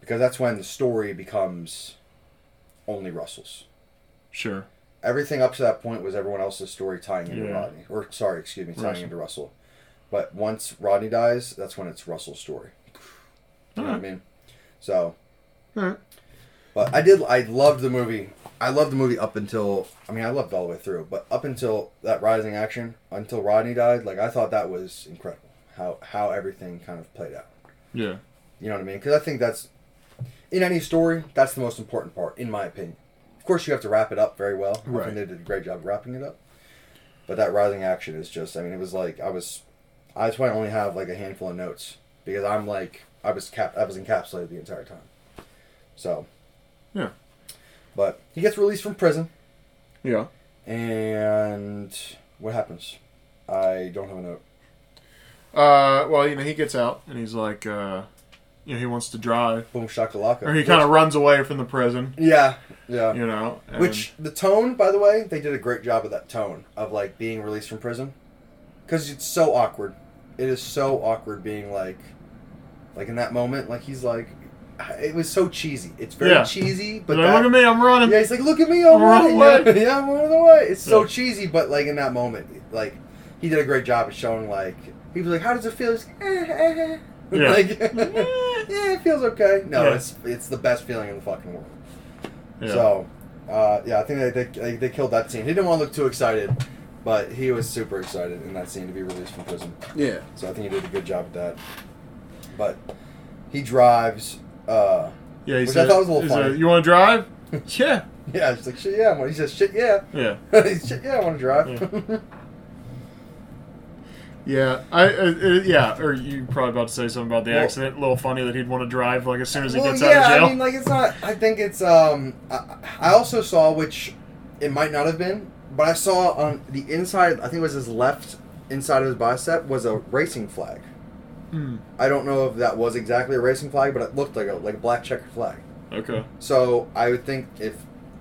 C: because that's when the story becomes only Russell's.
A: Sure.
C: Everything up to that point was everyone else's story tying into
A: Yeah.
C: Rodney, or sorry, excuse me, tying
A: Russell.
C: into Russell. But once Rodney dies, that's when it's Russell's story. You know what I mean? So,
A: Alright.
C: but I did. I loved the movie. I loved the movie up until. I mean, I loved all the way through, but up until that rising action, until Rodney died, like I thought that was incredible. How how everything kind of played out.
A: Yeah.
C: You know what I mean? Because I think that's in any story, that's the most important part, in my opinion. Of course, you have to wrap it up very well. I
A: Right.
C: think they did a great job wrapping it up. But that rising action is just—I mean, it was like I was—I that's why I only have like a handful of notes because I'm like I was cap I was encapsulated the entire time. So
A: Yeah.
C: but he gets released from prison,
A: Yeah.
C: and what happens? I don't have a note.
A: Uh, well, you know, he gets out and he's like, uh, you know, he wants to drive,
C: Boom shakalaka.
A: or he kind of runs away from the prison.
C: yeah yeah.
A: You know, and-
C: Which the tone, by the way, they did a great job of that tone of like being released from prison, because it's so awkward. It is so awkward being like, like in that moment, like he's like, it was so cheesy. It's very
A: Yeah.
C: cheesy,
A: but
C: but that,
A: look at me, I'm running.
C: yeah, he's like, look at me, I'm
A: I'm running
C: running. Yeah, yeah, I'm running away. It's so
A: Yeah.
C: cheesy, but like in that moment, like he did a great job of showing like he was like, how does it feel? He's like, eh, eh, eh.
A: Yeah.
C: Like, yeah, it feels okay. No,
A: Yeah.
C: it's it's the best feeling in the fucking world.
A: Yeah.
C: So, uh, yeah, I think they, they, they, they killed that scene. He didn't want to look too excited, but he was super excited in that scene to be released from prison.
A: yeah,
C: So I think he did a good job at that. But he drives. Uh,
A: yeah. He
C: Which I
A: said,
C: thought was a little
A: he
C: funny.
A: said, "You want to drive?" yeah,
C: yeah, it's like shit. Yeah, I wanna-" he says shit. Yeah,
A: yeah,
C: He said, shit. Yeah, I want to drive.
A: yeah. I, uh, uh, yeah. Or you probably about to say something about the
C: Well-
A: accident. A little funny that he'd want to drive like as soon as he
C: well,
A: gets
C: yeah,
A: out of jail.
C: I mean, like it's not. I think it's. Um, I, I also saw which it might not have been, but I saw on the inside. I think it was his left inside of his bicep was a racing flag.
A: Hmm,
C: I don't know if that was exactly a racing flag, but it looked like a like a black checkered flag.
A: okay.
C: So I would think if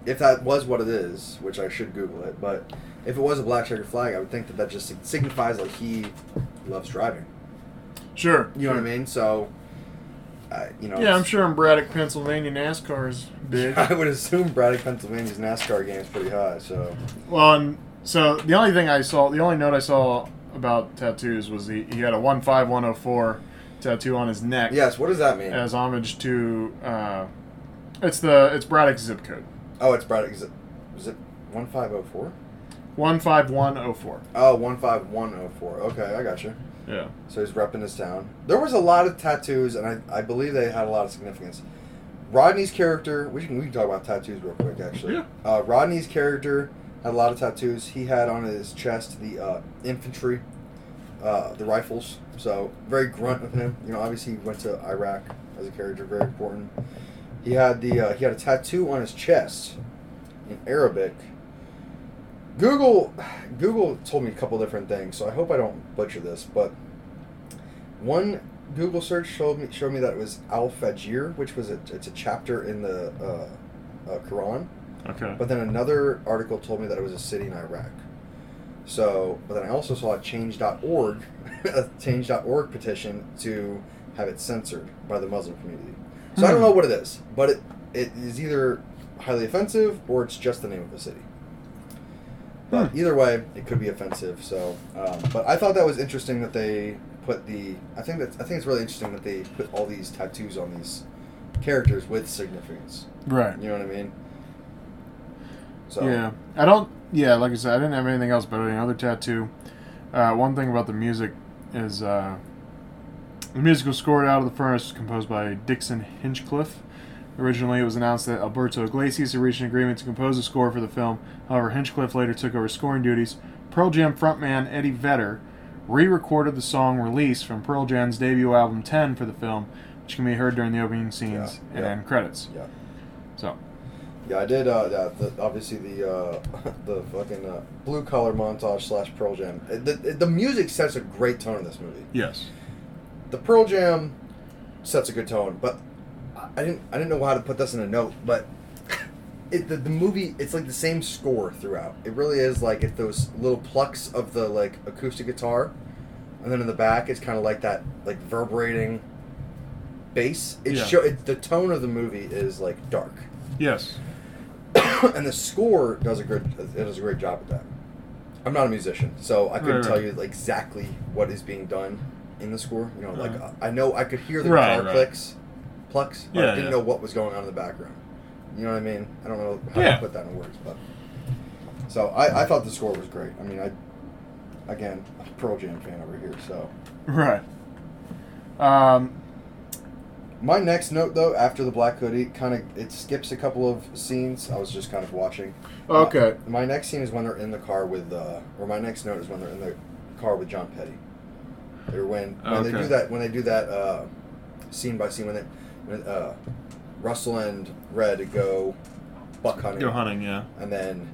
C: if that was what it is, which I should Google it, but if it was a black checkered flag, I would think that that just signifies like he loves driving.
A: Sure.
C: You know what I mean? So, I you know,
A: Yeah, I'm sure in Braddock, Pennsylvania, NASCAR is big.
C: I would assume Braddock, Pennsylvania's NASCAR game is pretty high. So
A: Well, and so the only thing I saw, the only note I saw about tattoos was he, he had a 15104 tattoo on his neck
C: yes, what does that mean?
A: as homage to uh, it's the it's Braddock's zip code
C: Oh, it's Braddock. Is it is it one five zero four?
A: 15104.
C: Oh, one five one zero four. Okay, I got you.
A: Yeah.
C: So he's repping his town. There was a lot of tattoos, and I, I believe they had a lot of significance. Rodney's character, we can, we can talk about tattoos real quick, actually.
A: Yeah.
C: Uh, Rodney's character had a lot of tattoos. He had on his chest the uh, infantry, uh, the rifles. So very grunt of him. You know, obviously he went to Iraq as a character, very important. He had the uh, he had a tattoo on his chest in Arabic. Google Google told me a couple different things, so I hope I don't butcher this, but one Google search showed me showed me that it was Al Fajr, which was a, it's a chapter in the uh, uh, Quran.
A: Okay.
C: But then another article told me that it was a city in Iraq. So, but then I also saw a Change.org, a Change.org petition to have it censored by the Muslim community. So I don't know what it is, but it, it is either highly offensive or it's just the name of a city. But either way, it could be offensive. So, um, but I thought that was interesting that they put the. I think that I think it's really interesting that they put all these tattoos on these characters with significance.
A: Right.
C: You know what I mean? So
A: Yeah, I don't. Yeah, like I said, I didn't have anything else but another tattoo. Uh, one thing about the music is uh, the music was scored out of the furnace, composed by Dixon Hinchcliffe. Originally, it was announced that Alberto Iglesias had reached an agreement to compose the score for the film. However, Hinchcliffe later took over scoring duties. Pearl Jam frontman Eddie Vedder re-recorded the song "Release" from Pearl Jam's debut album "10" for the film, which can be heard during the opening scenes
C: Yeah,
A: and
C: yeah.
A: end credits.
C: Yeah.
A: So,
C: Yeah, I did. Uh, yeah, the, obviously the uh, the fucking uh, blue collar montage slash Pearl Jam. Uh, The, the music sets a great tone in this movie.
A: yes,
C: The Pearl Jam sets a good tone, but I- I didn't I didn't know how to put this in a note, but it, the, the movie it's like the same score throughout. It really is like it's those little plucks of the like acoustic guitar, and then in the back it's kind of like that like reverberating bass. It
A: Yeah.
C: show it, the tone of the movie is like dark.
A: yes,
C: and the score does a good it does a great job at that. I'm not a musician, so I couldn't
A: Right,
C: tell
A: right.
C: you like, exactly what is being done in the score. You know, like
A: Uh-huh.
C: I I know I could hear the
A: Right,
C: guitar
A: right.
C: clicks, plucks, but
A: Yeah,
C: I didn't
A: yeah.
C: know what was going on in the background. You know what I mean? I don't know how
A: Yeah.
C: to put that in words, but so I, I thought the score was great. I mean, I again I'm a Pearl Jam fan over here, so
A: right. Um,
C: My next note, though, after the black hoodie, kind of it skips a couple of scenes. I was just kind of watching. Uh,
A: Okay.
C: My, my next scene is when they're in the car with, uh, or my next note is when they're in the car with John Petty. Or when when they
A: Okay.
C: do that when they do that uh, scene by scene when they when uh, Russell and Red go buck hunting,
A: Go hunting, yeah.
C: and then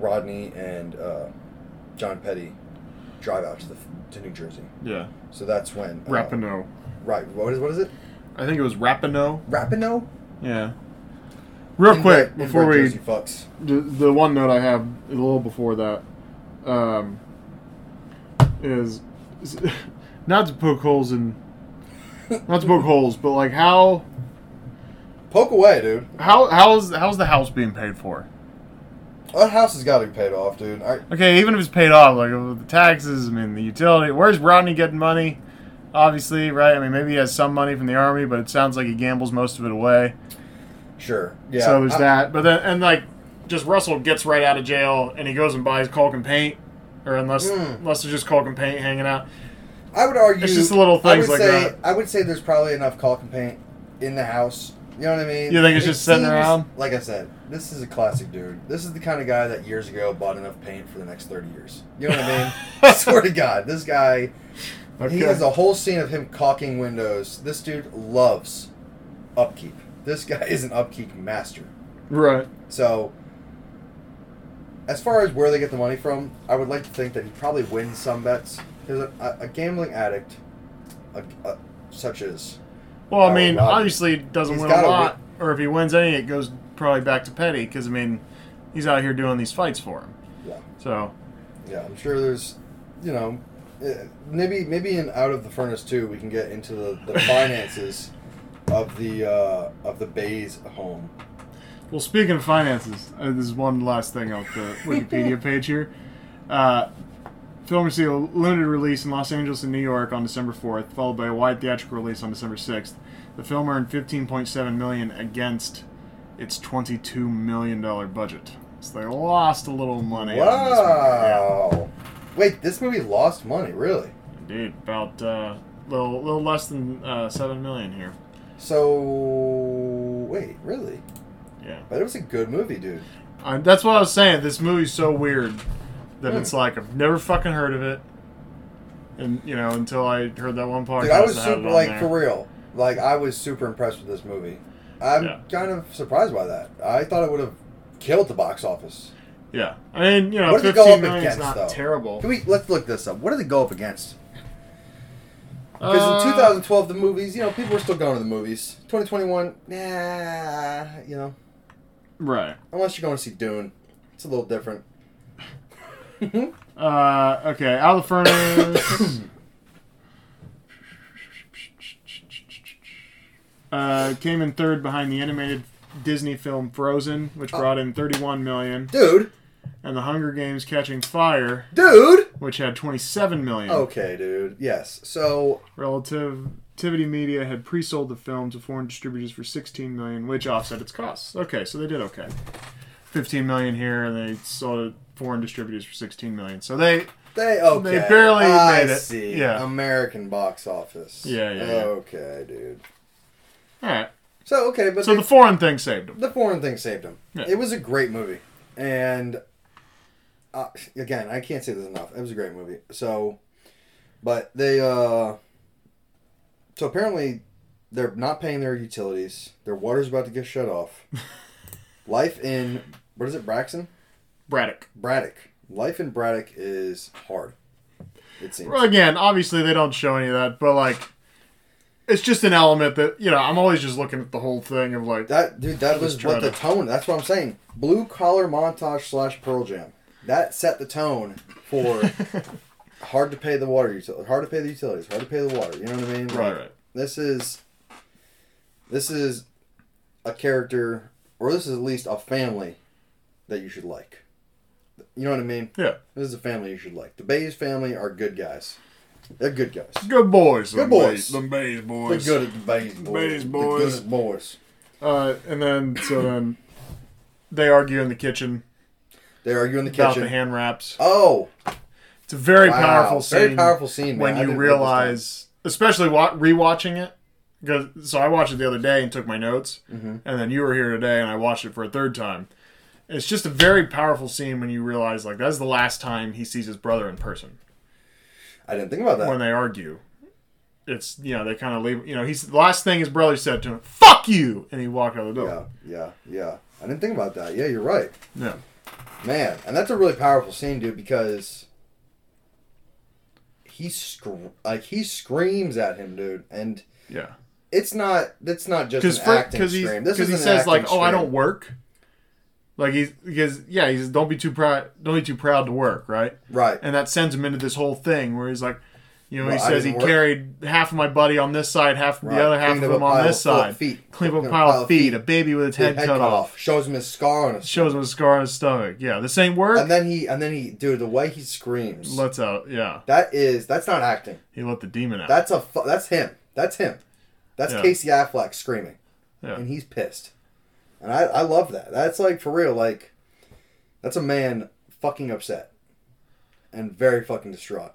C: Rodney and uh, John Petty drive out to the to New Jersey.
A: Yeah.
C: So that's when uh,
A: Rapino.
C: Right. What is what is it?
A: I think it was Rapino.
C: Rapino.
A: Yeah. Real
C: In
A: quick,
C: Brett- in
A: before
C: Brett
A: we.
C: Jersey fucks.
A: The, the one note I have a little before that um, is, is. Not to poke holes in. Not to poke holes, but like how.
C: poke away, dude.
A: How how's how's the house being paid for?
C: That house has got to be paid off, dude. I,
A: Okay, even if it's paid off, like uh, the taxes, I mean the utility. Where's Rodney getting money? Obviously, right? I mean, maybe he has some money from the army, but it sounds like he gambles most of it away.
C: sure. Yeah.
A: so there's
C: I-
A: that. But then, and like, just Russell gets right out of jail and he goes and buys caulk and paint, or unless
C: Mm.
A: unless there's just caulk and paint hanging out.
C: I would argue.
A: It's just little
C: I would
A: things like
C: say,
A: that.
C: I would say there's probably enough caulk and paint in the house. You know what I mean?
A: You think it's just sitting
C: seems-
A: around?
C: Like I said, this is a classic dude. This is the kind of guy that years ago bought enough paint for the next 30 years. You know what I mean? I swear to God, this guy. He has a whole scene of him caulking windows. This dude loves upkeep. This guy is an upkeep master.
A: right.
C: So, as far as where they get the money from, I would like to think that he probably wins some bets. Because a, a, a gambling addict, a, a, such as
A: Well, I
C: Oh,
A: mean,
C: Rodney.
A: obviously, it doesn't
C: He's
A: win a
C: gotta
A: lot, or if he wins any, it goes probably back to Petty because I mean, he's out here doing these fights for him.
C: yeah,
A: So
C: yeah, I'm sure there's, you know, eh, maybe maybe in out of the furnace too, we can get into the, the finances of the uh, of the Bays home.
A: Well, speaking of finances, uh, this is one last thing off the Wikipedia page here. Uh, film received a limited release in Los Angeles and New York on December 4th, followed by a wide theatrical release on December 6th. The film earned 15.7 million against its 22 million dollar budget, so they lost a little money. on this one.
C: Wow. Wait, this movie lost money, really?
A: Yeah, indeed, about uh, little little less than uh, seven million here.
C: So wait, really?
A: Yeah,
C: But it was a good movie, dude.
A: I, that's what I was saying. This movie's so weird that
C: Hmm.
A: it's like I've never fucking heard of it, and you know until I heard that one podcast.
C: Dude, I was
A: that had it
C: super
A: on
C: like
A: there.
C: for real. Like I was super impressed with this movie. I'm
A: Yeah.
C: kind of surprised by that. I thought it would have killed the box office.
A: Yeah, I mean you know
C: What did it go
A: fifteen
C: up
A: million is not
C: against, though?
A: terrible.
C: Can we let's look this up? What did it go up against? Because
A: Uh,
C: in 2012, the movies, you know, people were still going to the movies. 2021, nah, you know,
A: right?
C: unless you're going to see Dune, it's a little different.
A: Uh, okay, out of the furnace. uh, came
C: Oh.
A: in third behind the animated Disney film Frozen, which brought in thirty-one million.
C: Dude,
A: and The Hunger Games Catching Fire,
C: Dude!
A: which had 27 million.
C: Okay, dude. Yes. So,
A: Relativity Media had pre-sold the film to foreign distributors for 16 million, which offset its costs. Okay, so they did okay. 15 million here, and they sold it foreign distributors for 16 million. So they
C: they okay.
A: They barely
C: I
A: made it.
C: see.
A: Yeah.
C: American box office.
A: Yeah, yeah, yeah.
C: Okay, dude.
A: all right.
C: So, okay, but
A: eh, So
C: they-
A: the foreign thing saved them.
C: the foreign thing saved him.
A: Yeah.
C: It was a great movie, and uh, again, I can't say this enough. It was a great movie. So, but they uh, so apparently they're not paying their utilities. Their water's about to get shut off. Life in what is it, Braxton?
A: Braddock.
C: Braddock. Life in Braddock is hard. It seems.
A: Well, again, obviously they don't show any of that, but like, it's just an element that you know. I'm always just looking at the whole thing of like,
C: That dude, that
A: Just
C: was what
A: try
C: the
A: to-
C: tone. That's what I'm saying. Blue collar montage slash Pearl Jam. That set the tone for hard to pay the water utility, hard to pay the utilities, hard to pay the water. You know what I mean?
A: right,
C: Like,
A: right.
C: This is this is a character, or this is at least a family that you should like. You know what I mean?
A: Yeah.
C: This is a family you should like. The Bays family are good guys. They're good guys.
A: Good boys.
C: Good
A: them
C: boys.
A: Bays- Them Bays
C: They're
A: boys.
C: good at the Bays boys.
A: Bays
C: They're
A: boys.
C: good at boys.
A: Uh, and then so then they argue in the kitchen,
C: They argue in the
A: about
C: kitchen.
A: the hand wraps.
C: oh,
A: It's a very
C: Wow.
A: powerful scene.
C: Very powerful scene. Man.
A: when
C: I
A: you
C: didn't notice
A: realize, especially wa- rewatching it. 'cause- so I watched it the other day and took my notes,
C: Mm-hmm.
A: and then you were here today, and I watched it for a third time. It's just a very powerful scene when you realize like that's the last time he sees his brother in person
C: that. I didn't think about that.
A: when they argue. It's you know they kind of leave you know he's the last thing his brother said to him fuck you and he walked out the
C: yeah,
A: door
C: yeah, yeah. I didn't think about that. Yeah, you're right,
A: yeah,
C: man. And that's a really powerful scene, dude, because he scr- like he screams at him, dude, and
A: yeah
C: it's not that's not just
A: because
C: an acting
A: because he
C: scream. This
A: because he
C: is an
A: says
C: acting
A: like oh I
C: scream.
A: don't work like he's because yeah he says don't be too proud don't be too proud to work right
C: right.
A: and that sends him into this whole thing where he's like, you know, he
C: Well, I
A: says he
C: didn't work.
A: carried half of my buddy on this side, half
C: Right.
A: the other half
C: Cleaned
A: of
C: up
A: him
C: a
A: on
C: pile
A: this
C: of- full of
A: side.
C: feet.
A: Clean up a
C: Cleaned
A: pile, of feet, a baby with its
C: His
A: head, cut off.
C: Shows him his scar on his.
A: Shows him a scar on his stomach. Yeah, this ain't work.
C: And then he and then he, dude, the way he screams.
A: Let's out. Yeah,
C: that is that's not acting.
A: he let the demon out.
C: That's a fu- that's him. That's him. That's
A: Yeah.
C: Casey Affleck screaming,
A: Yeah.
C: and he's pissed. And I I love that. That's like for real. Like that's a man fucking upset and very fucking distraught.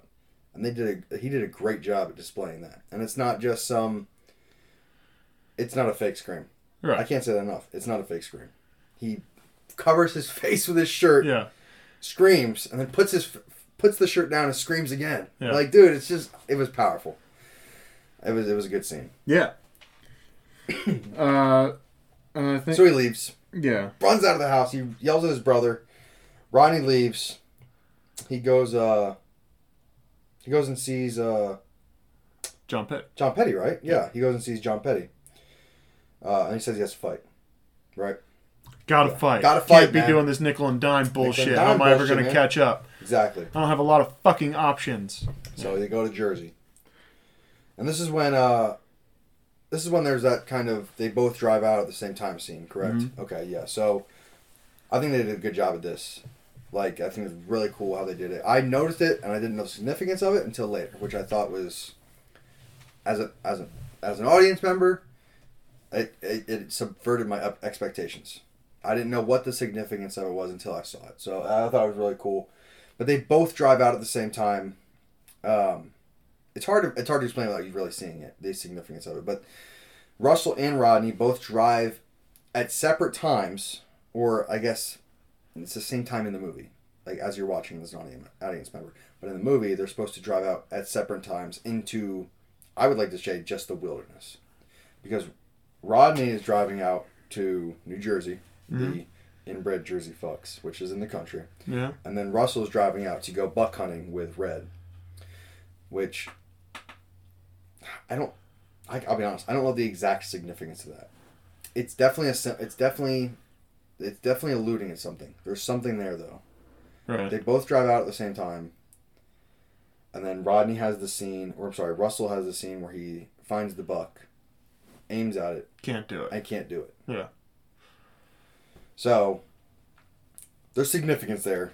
C: And they did a he did a great job at displaying that. And it's not just some. It's not a fake scream. I
A: right.
C: can't say that enough. It's not a fake scream. He covers his face with his shirt,
A: Yeah,
C: screams, and then puts his puts the shirt down and screams again.
A: Yeah.
C: Like, dude, it's just it was powerful. It was it was a good scene.
A: yeah. uh, and I think
C: So he leaves,
A: yeah,
C: runs out of the house. He yells at his brother. Ronnie leaves. He goes. uh He goes and sees uh
A: John Pitt.
C: John Petty, right? Yeah, he goes and sees John Petty. Uh, and he says he has to fight. Right.
A: Gotta
C: Yeah.
A: fight.
C: Gotta
A: Can't
C: fight,
A: be
C: man.
A: doing this nickel and dime bullshit.
C: dime
A: How am I ever
C: bullshit,
A: gonna
C: man.
A: catch up?
C: Exactly.
A: I don't have a lot of fucking options.
C: So they go to Jersey. And this is when uh this is when there's that kind of they both drive out at the same time scene, correct? Okay, yeah. So I think they did a good job at this. Like I think it's really cool how they did it. I noticed it and I didn't know the significance of it until later, which I thought was as a as an as an audience member, it, it, it subverted my up- expectations. I didn't know what the significance of it was until I saw it. So I thought it was really cool. But they both drive out at the same time um, it's hard to it's hard to explain without you really seeing it, the significance of it. But Russell and Rodney both drive at separate times, or I guess it's the same time in the movie, like as you're watching as an audience, audience member. But in the movie, they're supposed to drive out at separate times into, I would like to say, just the wilderness, because Rodney is driving out to New Jersey, the inbred Jersey fucks, which is in the country
A: Yeah,
C: and then Russell's driving out to go buck hunting with Red, which I don't. I, I'll be honest. I don't know the exact significance of that. It's definitely a. sim- It's definitely. It's definitely alluding at something. There's something there though.
A: right.
C: They both drive out at the same time. And then Rodney has the scene, or I'm sorry, Russell has the scene where he finds the buck, aims at it,
A: Can't do it.
C: I can't do it.
A: Yeah.
C: So There's significance there.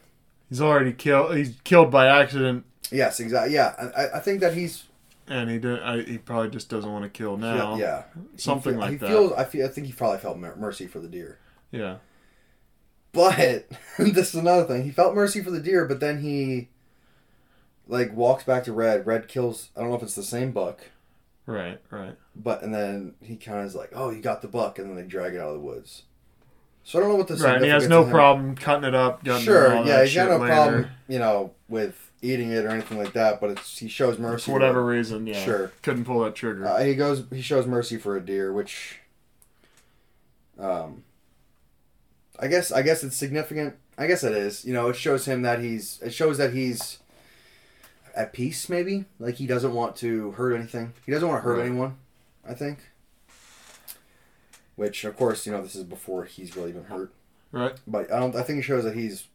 A: He's already killed. He's killed by accident,
C: Yes, exactly. Yeah, I- I, I think that he's
A: and he did, I, he probably just doesn't want to kill now.
C: yeah
A: something
C: He feel-
A: like
C: he
A: that.
C: Feels, I feel. I think he probably felt mer- mercy for the deer.
A: yeah,
C: But this is another thing. He felt mercy for the deer, but then he like walks back to Red. Red kills. I don't know if it's the same buck,
A: right, right.
C: but and then he kind of is like, "Oh, you got the buck," and then they drag it out of the woods. So I don't know what this.
A: Right, and he has no problem cutting it up. Gutting it,
C: Sure.
A: all
C: Yeah,
A: that
C: he's got
A: shit
C: no
A: later,
C: problem. You know, with eating it or anything like that. But it's he shows mercy.
A: For whatever reason, yeah.
C: Sure.
A: Couldn't pull that trigger.
C: Uh, he goes. He shows mercy for a deer, which, um, I guess I guess it's significant. I guess it is. You know, it shows him that he's. It shows that he's at peace. Maybe like he doesn't want to hurt anything. He doesn't want to hurt
A: Right.
C: anyone. I think. Which of course you know this is before he's really been hurt,
A: right.
C: but I don't. I think it shows that he's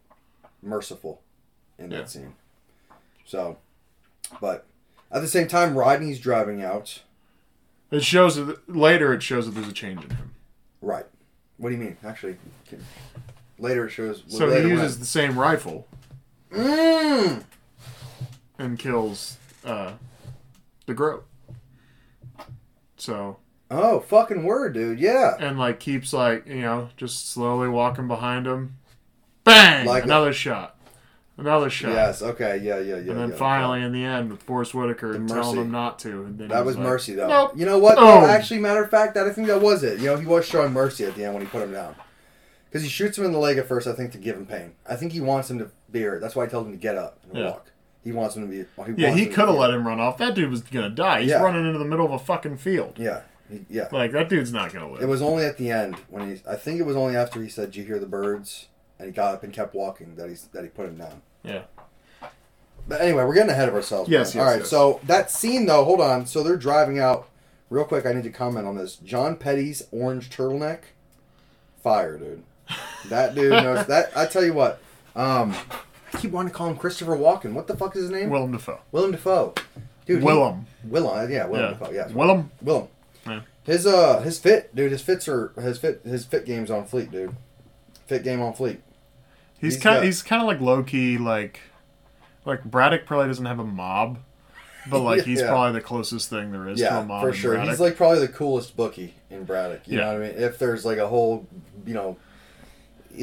C: merciful in
A: Yeah.
C: that scene. So, but at the same time, Rodney's driving out.
A: It shows that later. It shows that there's a change in him.
C: Right. What do you mean? Actually, can- later it shows.
A: So he
C: later when-
A: uses the same rifle
C: Mm!
A: and kills uh, the groat. So
C: Oh, fucking word, dude. Yeah.
A: and like keeps like you know just slowly walking behind him. Bang!
C: Like-
A: another shot. Another shot.
C: Yes. Okay. Yeah. Yeah. Yeah.
A: and then
C: yeah.
A: finally, in the end, with Forrest Whitaker telling
C: The mercy.
A: him not to, and then
C: That
A: he's
C: was
A: like,
C: mercy, though.
A: Nope.
C: You know what?
A: Boom.
C: though? actually, matter of fact, that I think that was it. You know, he was showing mercy at the end when he put him down, because he shoots him in the leg at first. I think to give him pain. I think he wants him to be hurt. That's why he tells him to get up and
A: Yeah.
C: walk. He wants him to be. well, He
A: Yeah,
C: wants
A: he
C: him to
A: could have
C: be-
A: let him run off. That dude was gonna die. He's
C: Yeah.
A: running into the middle of a fucking field.
C: Yeah. He, yeah.
A: Like that dude's not gonna live.
C: It was only at the end when he. I think it was only after he said, "Do you hear the birds?" and he got up and kept walking that he's that he put him down.
A: yeah.
C: But anyway, we're getting ahead of ourselves.
A: Yes,
C: man.
A: yes,
C: All right.
A: yes.
C: So that scene, though, hold on. So they're driving out. Real quick, I need to comment on this. John Petty's orange turtleneck, fire, dude. That dude knows that. I tell you what. Um, I keep wanting to call him Christopher Walken. What the fuck is his name?
A: Willem Dafoe.
C: Willem Dafoe. Dude. he-
A: Willem.
C: Willem. Yeah. Willem
A: yeah.
C: Dafoe. Yeah.
A: Willem.
C: Willem.
A: Yeah.
C: His uh his fit, dude. His fits are his fit his fit game's on fleet, dude. Fit game on fleet.
A: He's
C: He's
A: kind.
C: got-
A: He's kind of like low key. Like, like Braddock probably doesn't have a mob, but like he's
C: Yeah.
A: probably the closest thing there is to a
C: yeah,
A: mob.
C: for
A: in
C: sure.
A: Braddock.
C: He's like probably the coolest bookie in Braddock. You
A: Yeah.
C: know what I mean? If there's like a whole, you know,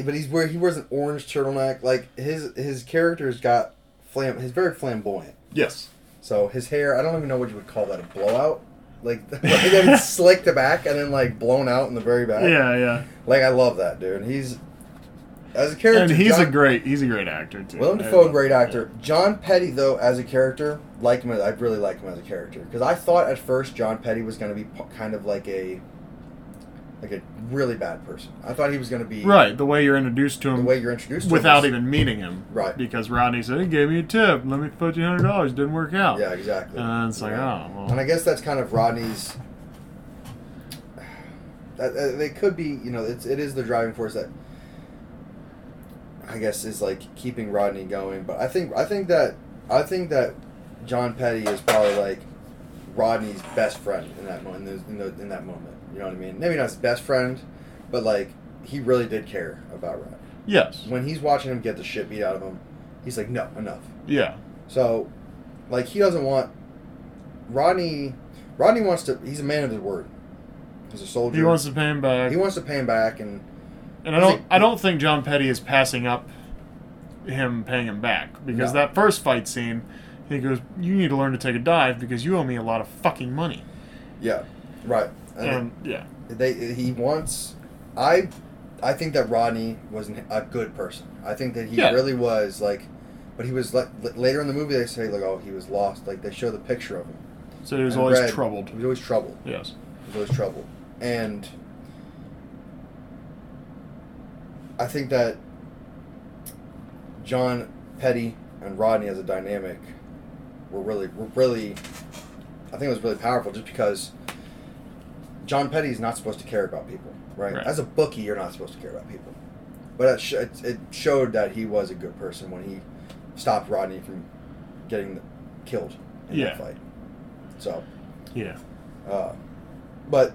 C: but he's where he wears an orange turtleneck. Like his his character's got flam. He's very flamboyant.
A: yes.
C: So his hair, I don't even know what you would call that. A blowout. Like, like then it's slicked the back and then like blown out in the very back.
A: Yeah, yeah.
C: Like I love that dude. He's as a character.
A: And he's a
C: John-
A: great. He's a great actor too.
C: Willem
A: I
C: Dafoe,
A: love-
C: great actor. John Petty, though, as a character, like him. I really like him as a character because I thought at first John Petty was going to be p- kind of like a, like a really bad person. I thought he was going to be
A: Right. The way you're introduced to
C: the
A: him
C: way you're introduced to
A: without
C: him.
A: even meeting him.
C: Right.
A: Because Rodney said he gave me a tip. Let me put you hundred dollars. Didn't work out.
C: Yeah, exactly.
A: Oh. And it's like,
C: Yeah.
A: oh, well.
C: And I guess that's kind of Rodney's. That, that, they could be, you know, it's it is the driving force that. I guess is like keeping Rodney going, but I think I think that I think that John Petty is probably like Rodney's best friend in that moment. In, those, in, those, in that moment, you know what I mean? Maybe not his best friend, but like he really did care about Rodney.
A: Yes.
C: When he's watching him get the shit beat out of him, he's like, "No, enough."
A: Yeah.
C: So, like, he doesn't want Rodney. Rodney wants to. He's a man of his word. He's a soldier.
A: He wants to pay him back.
C: He wants to pay him back, and
A: And I
C: Is
A: don't
C: it-
A: I don't think John Petty is passing up him paying him back because
C: No.
A: that first fight scene he goes you need to learn to take a dive because you owe me a lot of fucking money.
C: yeah, right.
A: And yeah.
C: they he wants. I, I think that Rodney was an, a good person. I think that he
A: Yeah.
C: really was like, but he was like later in the movie they say like oh he was lost like they show the picture of him.
A: So he was
C: And
A: always
C: Red-
A: troubled.
C: He was always troubled.
A: Yes.
C: He was always troubled, and I think that John Petty and Rodney as a dynamic were really were really I think it was really powerful just because John Petty is not supposed to care about people, right?
A: Right.
C: As a bookie, you're not supposed to care about people. But it, sh- it, it showed that he was a good person when he stopped Rodney from getting killed in
A: Yeah.
C: that fight. So,
A: Yeah.
C: uh, but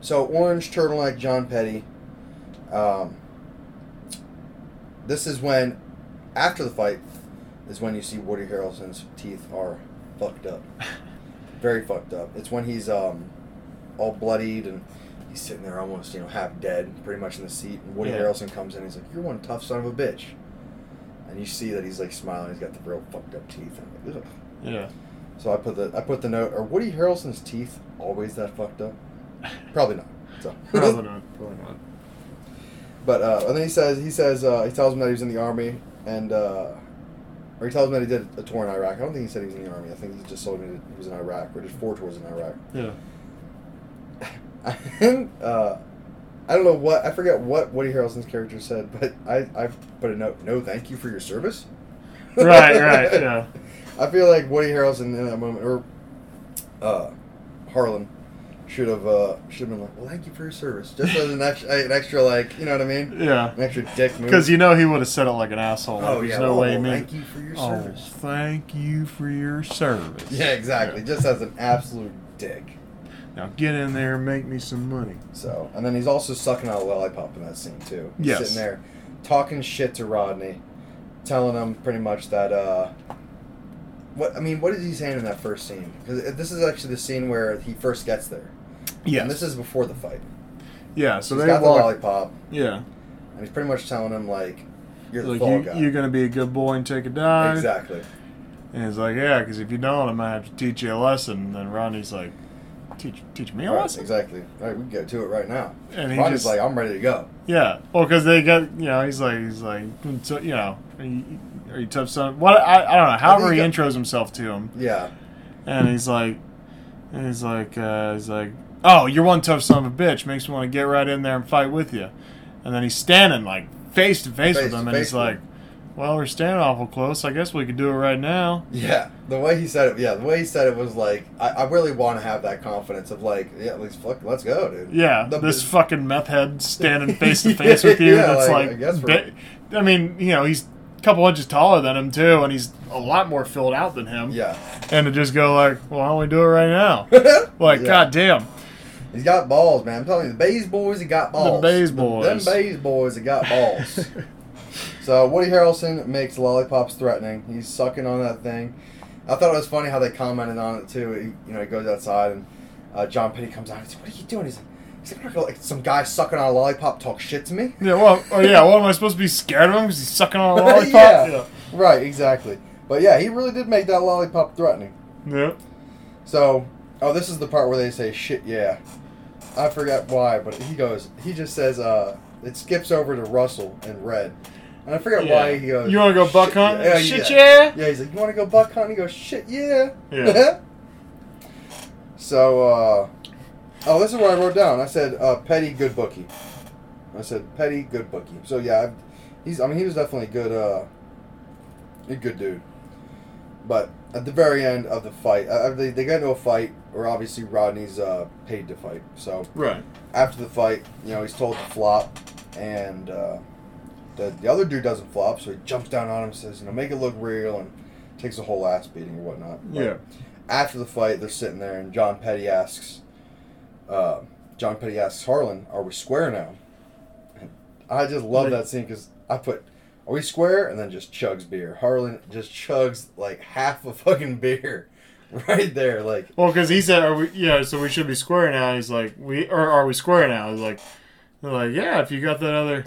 C: so orange turtleneck John Petty. Um, This is when, after the fight, is when you see Woody Harrelson's teeth are fucked up, very fucked up. It's when he's um, all bloodied and he's sitting there almost you know half dead, pretty much in the seat. And Woody
A: Yeah.
C: Harrelson comes in, he's like, "You're one tough son of a bitch," and you see that he's like smiling. He's got the real fucked up teeth. I'm like, Ugh.
A: Yeah.
C: So I put the I put the note. Are Woody Harrelson's teeth always that fucked up? Probably not. So.
A: Probably not. Probably not.
C: But uh, and then he says he says uh, he tells him that he was in the army and uh, or he tells him that he did a tour in Iraq. I don't think he said he was in the army. I think he just told me that he was in Iraq or did four tours in Iraq.
A: Yeah.
C: And uh, I don't know what I forget what Woody Harrelson's character said, but I I put a note. No, thank you for your service.
A: Right, right, yeah.
C: I feel like Woody Harrelson in that moment or uh, Harlan should have uh, should have been like, well, thank you for your service, just as an extra, an extra like you know what I mean,
A: Yeah.
C: an extra dick move.
A: Because you know he would have said it like an asshole.
C: Oh,
A: There's
C: yeah.
A: no
C: Oh,
A: way he
C: well,
A: meant-
C: thank you for your
A: Oh,
C: service.
A: Thank you for your service.
C: Yeah, exactly. Just as an absolute dick.
A: Yeah. Now get in there and make me some money.
C: So, and then he's also sucking on a lollipop in that scene too. He's
A: Yes.
C: sitting there talking shit to Rodney, telling him pretty much that. uh What I mean, what is he saying in that first scene? Because this is actually the scene where he first gets there.
A: Yes.
C: And this is before the fight.
A: yeah. So
C: he's
A: they
C: got the
A: walk.
C: lollipop,
A: yeah.
C: and he's pretty much telling him like, "You're the
A: Like
C: fall
A: you,
C: guy."
A: you're gonna be a good boy and take a dive.
C: exactly.
A: And he's like, yeah, because if you don't, I'm gonna have to teach you a lesson. And then Ronnie's like, teach teach me a
C: Right,
A: lesson.
C: exactly. All right, we can get to it right now.
A: And he
C: Rodney's
A: just-
C: like, "I'm ready to go."
A: Yeah. Well, because they got you know he's like he's like so, you know are you, are you tough son? What I, I don't know. However he
C: think-
A: intros himself to him.
C: Yeah.
A: and he's like, and he's like, uh, he's like, oh, you're one tough son of a bitch. Makes me want to get right in there and fight with you. And then he's standing like face to face with
C: Face to
A: him, and he's
C: face with
A: like,
C: him.
A: well, we're standing awful close. I guess we could do it right now.
C: Yeah, the way he said it. Yeah, the way he said it was like, I, I really want to have that confidence of like, yeah, let's fuck, let's go, dude.
A: Yeah,
C: The-
A: this fucking meth head standing face to face with you.
C: Yeah,
A: that's
C: like, I
A: like,
C: guess we're-
A: ba- I mean, you know, he's a couple inches taller than him too, and he's a lot more filled out than him.
C: yeah,
A: and to just go like, well, why don't we do it right now? Like,
C: Yeah.
A: goddamn.
C: he's got balls, man. I'm telling you, the Bays boys, he got balls.
A: Bays
C: The-
A: boys.
C: them Bays boys, he got balls. so Woody Harrelson makes lollipops threatening. He's sucking on that thing. I thought it was funny how they commented on it too. He, you know, he goes outside and uh, John Petty comes out. He's like, "What are you doing?" He's like, "He's like, "I'm not gonna let some guy sucking on a lollipop talk shit to me."
A: Yeah, well, oh, yeah. What am I supposed to be scared of him because he's sucking on a lollipop?
C: yeah. Right, exactly. But yeah, he really did make that lollipop threatening.
A: yeah, yeah.
C: So, oh, this is the part where they say shit, yeah. I forgot why, but he goes, he just says, uh, it skips over to Russell in red. And I forget
A: Yeah.
C: why he goes,
A: You wanna go
C: "Shit,
A: buck hunting?
C: yeah."
A: Shit, yeah?
C: Yeah, he's like, you want to go buck hunting? He goes, shit, yeah.
A: Yeah.
C: so, uh, oh, this is what I wrote down. I said, uh, Petty, good bookie. I said, Petty, good bookie. So, yeah, I've, he's, I mean, he was definitely a good, uh, a good dude. But at the very end of the fight, uh, they, they got into a fight where obviously Rodney's uh, paid to fight. So
A: Right.
C: after the fight, you know, he's told to flop, and uh, the, the other dude doesn't flop, so he jumps down on him and says, you know, make it look real, and takes a whole ass beating or whatnot. But
A: Yeah.
C: After the fight, they're sitting there, and John Petty asks, uh, John Petty asks Harlan, are we square now? And I just love
A: Like-
C: that scene because I put, are we square? And then just chugs beer. Harlan just chugs like half a fucking beer right there. Like,
A: Well, because he said, "Are we? Yeah, so we should be square now." He's like, "We or are we square now?" He's like, "They're like, yeah, if you got that other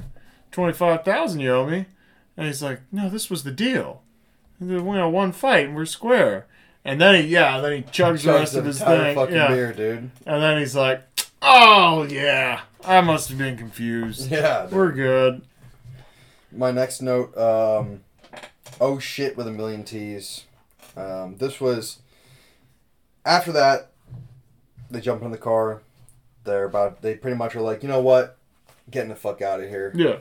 A: twenty five thousand you owe me," and he's like, "No, this was the deal. We know one fight and we're square." And then he, yeah, and then he chugs, the rest
C: chugs
A: of
C: an
A: his
C: entire
A: thing,
C: fucking
A: yeah,
C: beer, dude.
A: and then he's like, "Oh yeah, I must have been confused.
C: Yeah. dude.
A: We're good."
C: My next note, um, oh shit with a million T's. Um, this was after that. They jump in the car. They're about. They pretty much are like, you know what, getting the fuck out of here.
A: Yeah.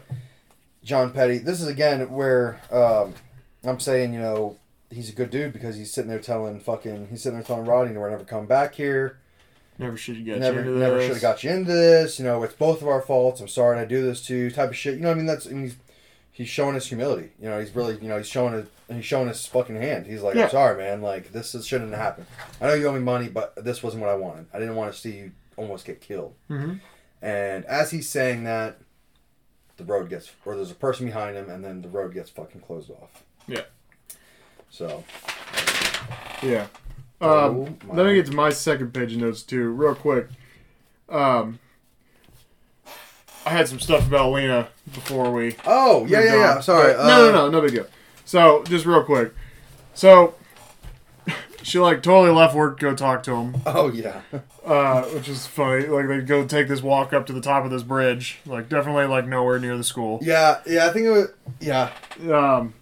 C: John Petty. This is again where um, I'm saying, you know, he's a good dude because he's sitting there telling fucking. He's sitting there telling Rodney, "We're never coming back here.
A: Never should have got you
C: never,
A: into
C: never
A: this.
C: should have got you into this. You know, it's both of our faults. I'm sorry I do this to you. Type of shit. You know, what I mean, that's I mean, he's he's showing his humility. You know, he's really, you know, he's showing his he's showing his fucking hand. He's like,
A: Yeah.
C: I'm sorry, man. Like this is, shouldn't have happened. I know you owe me money, but this wasn't what I wanted. I
A: Mm-hmm.
C: didn't want to see you almost get killed.
A: Mhm.
C: And as he's saying that, the the road gets, or there's a person behind him, and then the road gets fucking closed off.
A: Yeah.
C: So
A: Yeah.
C: Oh,
A: Um,
C: my.
A: let me get to my second page of notes too, real quick. Um, I had some stuff about Lena before we.
C: Oh yeah
A: moved
C: yeah yeah.
A: on,
C: Sorry.
A: but-
C: uh,
A: no, no, no, no big deal. So just real quick. So she like totally left work, go talk to him,
C: Oh yeah.
A: uh, which is funny. Like they go take this walk up to the top of this bridge, like definitely like nowhere near the school.
C: Yeah yeah. I think it was yeah.
A: Um,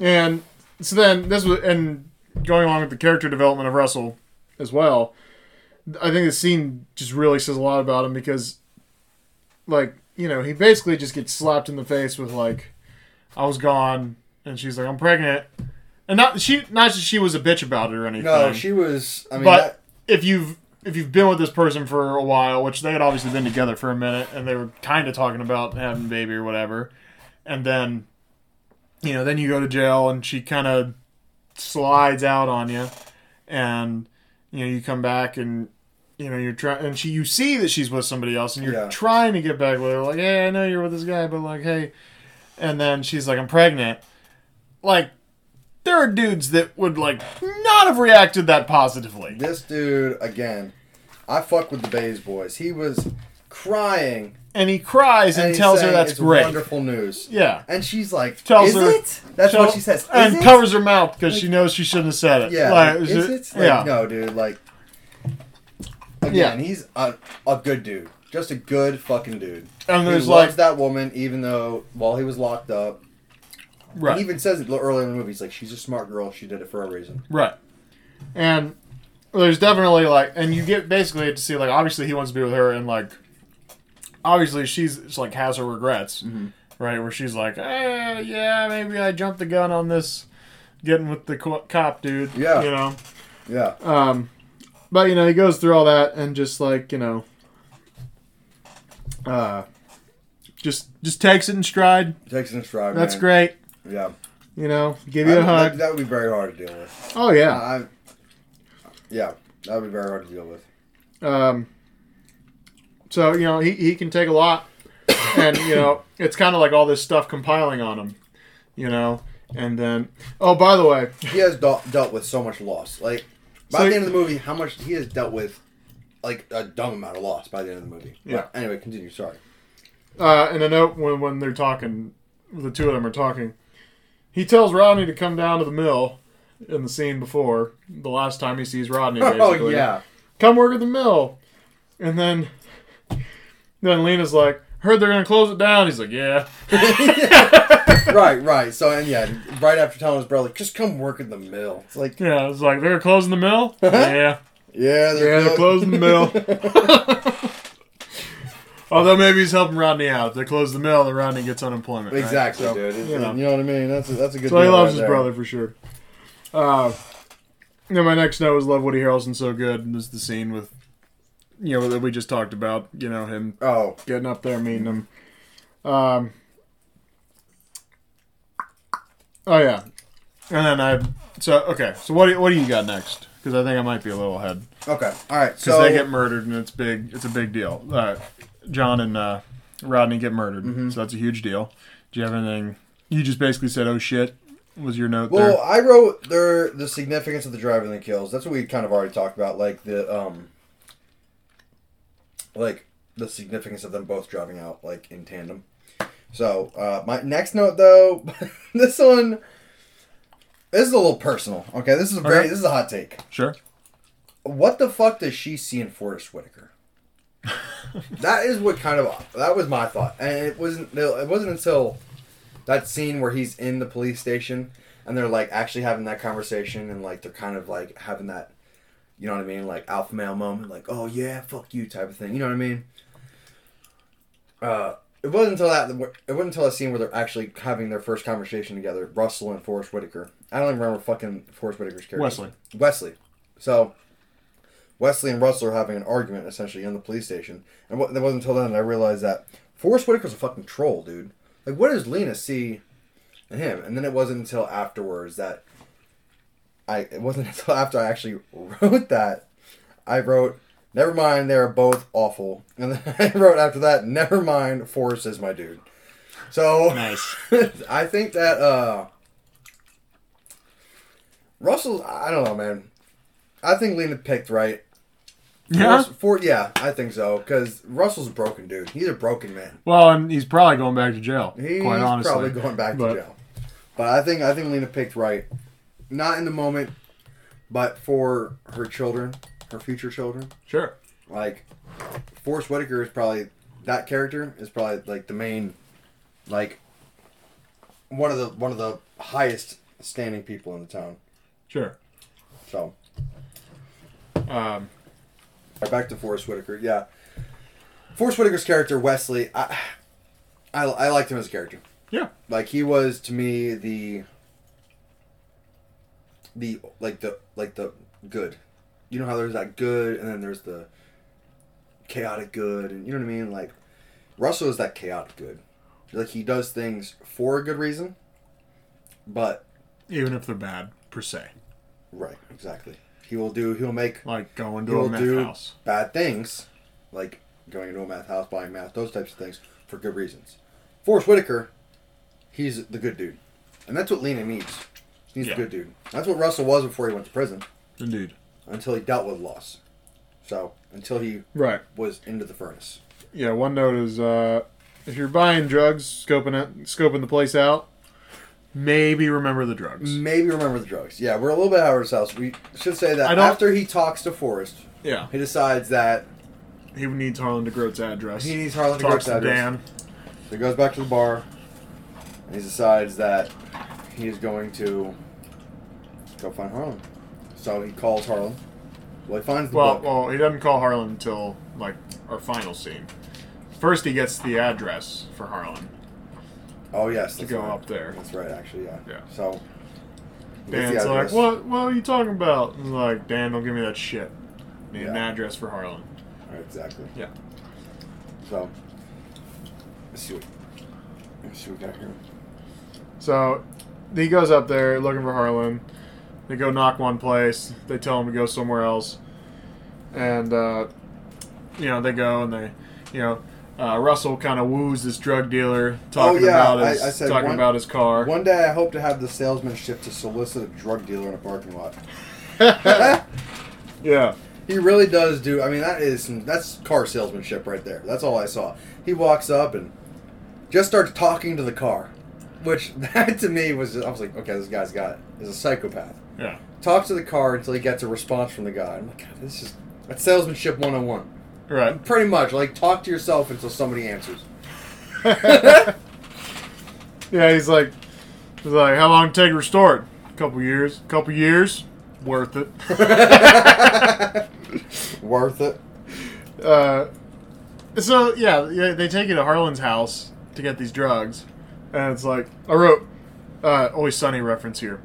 A: and so then this was and going along with the character development of Russell as well. I think this scene just really says a lot about him because, like, you know, he basically just gets slapped in the face with like, "I was gone," and she's like, "I'm pregnant," and not she not that she was a bitch about it or anything.
C: No, she was. I mean,
A: But-
C: that,
A: if you've if you've been with this person for a while, which they had obviously been together for a minute, and they were kind of talking about having a baby or whatever, and then you know, then you go to jail, and she kind of slides out on you, and you know, you come back and. You know, you're trying, and she, you see that she's with somebody else, and you're
C: Yeah.
A: trying to get back with her. Like, hey, I know you're with this guy, but like, hey, and then she's like, I'm pregnant. Like, there are dudes that would like not have reacted that positively.
C: this dude again. I fuck with the Bays boys. He was crying
A: and he cries and,
C: he's
A: tells her
C: saying
A: that's
C: it's
A: great.
C: Wonderful news.
A: Yeah.
C: And she's like,
A: Tells
C: "Is
A: her-
C: it?" That's
A: Tell-
C: what she says. Is
A: and
C: it?
A: covers her mouth because she knows she shouldn't have said it.
C: Yeah.
A: Like,
C: like,
A: is
C: is
A: it-
C: it? Like,
A: yeah.
C: No, dude. Like, again,
A: Yeah.
C: he's a, a good dude. Just a good fucking dude.
A: And there's
C: he
A: like
C: loves that woman, even though while he was locked up,
A: right,
C: He even says it earlier in the movie. He's like, "She's a smart girl. She did it for a reason."
A: right, and there's definitely like, and you get basically to see like, obviously he wants to be with her, and like, obviously she's it's like has her regrets,
C: Mm-hmm.
A: right? Where she's like, eh, yeah, maybe I jumped the gun on this, getting with the co- cop dude.
C: Yeah.
A: you know.
C: Yeah,
A: Um, but you know, he goes through all that and just like you know, uh, just just takes it in stride.
C: he takes it in stride.
A: That's
C: man.
A: great.
C: Yeah,
A: You know, give
C: I-
A: you a
C: that,
A: hug.
C: that would be very hard to deal with.
A: Oh yeah.
C: I, yeah, that would be very hard to deal with.
A: Um, so you know, he he can take a lot, and you know, it's kind of like all this stuff compiling on him. You know, and then oh, by the way,
C: He has dealt, dealt with so much loss. Like by
A: So-
C: the end of the movie, how much he has dealt with, like a dumb amount of loss by the end of the movie.
A: Yeah.
C: But anyway, continue. Sorry.
A: Uh, and I know when, when they're talking, the two of them are talking. He tells Rodney to come down to the mill in the scene before the last time he sees Rodney.
C: Oh
A: Basically.
C: yeah.
A: come work at the mill, and then then Lena's like, heard they're gonna close it down. He's like, yeah,
C: right, right. So and yeah, right after telling his brother, just come work in the mill. It's like,
A: yeah. It's like they're closing the mill. yeah,
C: yeah,
A: yeah,
C: they're
A: they're closing the mill. Although maybe he's helping Rodney out. If they close the mill, then Rodney gets unemployment. right?
C: Exactly,
A: So-
C: dude. It's-
A: you
C: you,
A: know.
C: know. what I mean? That's a, that's a good.
A: So he
C: deal
A: loves
C: right
A: his
C: there.
A: brother for sure. Uh, and my next note was love Woody Harrelson so good. And this is the scene with, you know, that we just talked about. You know, him
C: Oh,
A: getting up there, meeting him. Um, oh yeah, and then I. So okay, so what do, what do you got next? Because I think I might be a little ahead.
C: okay, all right.
A: Because
C: So
A: they get murdered and it's big. It's a big deal. Uh, John and uh, Rodney get murdered,
C: Mm-hmm.
A: so that's a huge deal. Do you have anything? You just basically said, "Oh shit," was your note
C: well,
A: there?
C: I wrote their the significance of the driving the kills. That's what we kind of already talked about, like the um, like the significance of them both driving out like in tandem. So uh, my next note though, this one, this is a little personal. Okay, this is a very
A: Okay.
C: this is a hot take.
A: Sure.
C: what the fuck does she see in Forrest Whitaker? that is what kind of that was my thought, and it wasn't it wasn't until that scene where he's in the police station and they're like actually having that conversation and like they're kind of like having that you know what I mean like alpha male moment like oh yeah fuck you type of thing you know what I mean. Uh, it wasn't until that it wasn't until that scene where they're actually having their first conversation together, Russell and Forrest Whitaker. I don't even remember fucking Forrest Whitaker's character.
A: Wesley.
C: Wesley. So Wesley and Russell are having an argument essentially in the police station, and what, it wasn't until then that I realized that Forrest Whitaker's a fucking troll, dude. Like, what does Lena see in him? And then it wasn't until afterwards that I it wasn't until after I actually wrote that I wrote Never mind, they are both awful. And then I wrote after that, never mind, Forrest is my dude. So
A: Nice.
C: I think that uh Russell, I don't know, man. I think Lena picked right.
A: Yeah.
C: Forrest- For, yeah, I think so. Because Russell's a broken dude. He's a broken man.
A: Well, and he's probably going back to jail.
C: He's
A: quite honestly,
C: probably going back to
A: But-
C: jail. But I think I think Lena picked right. Not in the moment, but for her children, her future children.
A: Sure.
C: Like Forrest Whitaker is probably that character is probably like the main like one of the one of the highest standing people in the town.
A: Sure.
C: So
A: Um,
C: back to Forrest Whitaker, yeah. Forrest Whitaker's character, Wesley, I I, I liked him as a character.
A: yeah.
C: like he was to me the the like the like the good you know how there's that good and then there's the chaotic good and you know what i mean like russell is that chaotic good like he does things for a good reason but
A: Even if they're bad per se,
C: right exactly he will do he'll make
A: like going
C: he
A: to a
C: will
A: meth
C: do
A: house.
C: bad things like going into a math house buying math those types of things for good reasons forrest whitaker he's the good dude and that's what lena needs he's
A: Yeah.
C: the good dude that's what russell was before he went to prison
A: Indeed.
C: until he dealt with loss so until he
A: Right.
C: was into the furnace
A: Yeah. One note is uh, if you're buying drugs, scoping it, scoping the place out, maybe remember the drugs.
C: maybe remember the drugs yeah we're a little bit out of ourselves we should say
A: I
C: that
A: don't-
C: after he talks to forrest
A: Yeah.
C: he decides that
A: He needs Harlan DeGroat's address.
C: he needs harlan to go
A: talks
C: to
A: to Dan.
C: So he goes back to the bar, and he decides that he is going to go find Harlan. So he calls Harlan. Well, he finds the
A: Well,
C: book.
A: well, he doesn't call Harlan until like our final scene. First, he gets the address for Harlan.
C: oh yes, that's
A: go
C: right.
A: up there.
C: That's right, actually, yeah.
A: Yeah.
C: So he gets the
A: Dan's like,
C: address.
A: "What? What are you talking about?" And he's like, "Dan, don't give me that shit. Need an
C: Yeah.
A: address for Harlan."
C: Right, exactly.
A: Yeah.
C: So let's see what let's see what we got here. Oh,
A: So he goes up there looking for Harlan. They go knock one place. They tell him to go somewhere else, and uh, you know they go and they, you know, uh, Russell kind of woos this drug dealer talking
C: Oh, yeah,
A: about
C: I-
A: his
C: I said
A: talking
C: one-
A: about his car.
C: One day, I hope to have the salesmanship to solicit a drug dealer in a parking lot.
A: yeah,
C: He really does do. I mean, that is some, that's car salesmanship right there. That's all I saw. He walks up and just starts talking to the car, which that to me was I was like, okay, this guy's got it. He's a psychopath.
A: yeah,
C: Talks to the car until he gets a response from the guy. I'm like, God, this is that's salesmanship 101.
A: right.
C: Pretty much, like talk to yourself until somebody answers.
A: Yeah, he's like, he's like, how long did it take to restore it? A couple years. couple years. Worth it.
C: Worth it.
A: uh, so yeah, yeah, they take you to Harlan's house to get these drugs, and it's like I wrote uh, "Always Sunny" reference here.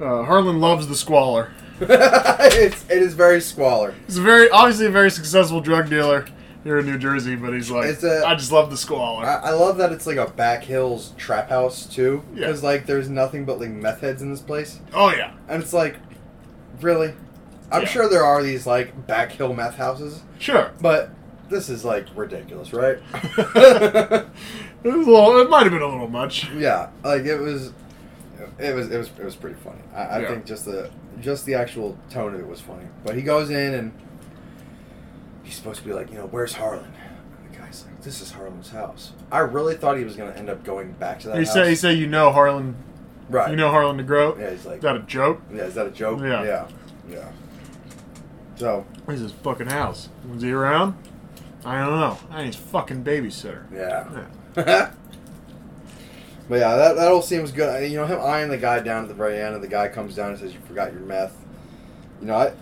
A: Uh, Harlan loves the squalor.
C: it's, it is very squalor.
A: He's a very obviously a very successful drug dealer here in New Jersey, but he's like,
C: It's
A: I
C: a-
A: just love the squalor.
C: I, I love that it's like a back hills trap house too,
A: Yeah.
C: because like there's nothing but like meth heads in this place.
A: oh yeah,
C: And it's like, really? I'm
A: Yeah.
C: sure there are these like back hill meth houses,
A: sure.
C: but this is like ridiculous, right?
A: It was a little. It might have been a little much.
C: yeah, like it was, it was, it was, it was pretty funny. I, I
A: Yeah.
C: think just the just the actual tone of it was funny. But he goes in and he's supposed to be like, you know, where's Harlan? And the guy's like, this is Harlan's house. I really thought he was gonna end up going back to that.
A: He
C: house.
A: say he say you know Harlan,
C: right?
A: you know Harlan DeGroat.
C: yeah, he's like,
A: Is that a joke?
C: yeah, is that a joke?
A: Yeah.
C: yeah, yeah. So
A: Where's his fucking house? Was he around? I don't know. I need his fucking babysitter.
C: yeah.
A: Yeah.
C: but yeah, that, that all seems good. I- You know, him eyeing the guy down at the very end, and the guy comes down and says, "You forgot your meth." You know, I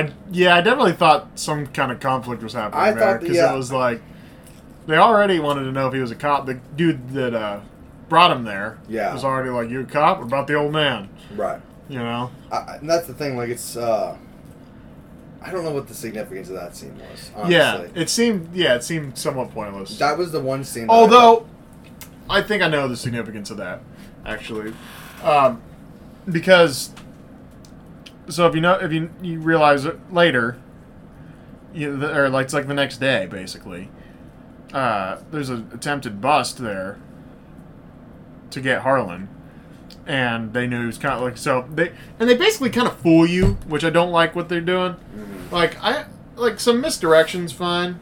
A: I yeah, I definitely thought some kind of conflict was happening
C: I
A: there
C: thought that-
A: because
C: yeah.
A: it was like they already wanted to know if he was a cop. The dude that uh, brought him there
C: Yeah.
A: was already like, "You a cop? What about the old man?"
C: right.
A: You know?
C: I- I, and that's the thing. Like, it's uh, I don't know what the significance of that scene was. Honestly.
A: Yeah, it seemed yeah, it seemed somewhat pointless.
C: that was the one scene. that I thought-
A: Although, I think I know the significance of that, actually, um, because so if you know if you you realize it later, you know, the- or like it's like the next day basically. Uh, there's an attempted bust there to get Harlan, and they knew he was kind of like so they and they basically kind of fool you, which I don't like what they're doing.
C: Mm-hmm.
A: Like I like some misdirections fine,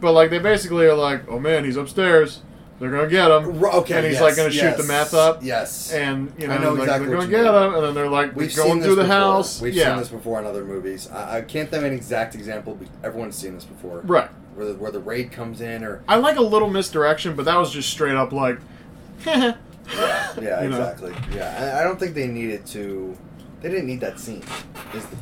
A: but like they basically are like, oh man, he's upstairs. They're gonna get him.
C: R- okay,
A: and he's
C: yes,
A: like gonna shoot
C: yes,
A: the meth up.
C: Yes.
A: And you know,
C: I know
A: like,
C: exactly
A: they're
C: what
A: gonna
C: you
A: get
C: mean.
A: him, and then they're like
C: We've seen
A: going
C: this
A: through the
C: before.
A: house.
C: We've
A: yeah,
C: seen this before in other movies. I, I can't think of an exact example, but everyone's seen this before.
A: right.
C: Where the, where the raid comes in, or
A: I like a little misdirection, but that was just straight up like, yeah,
C: yeah,
A: You know.
C: exactly. Yeah, I, I don't think they needed to. They didn't need that scene. Is the,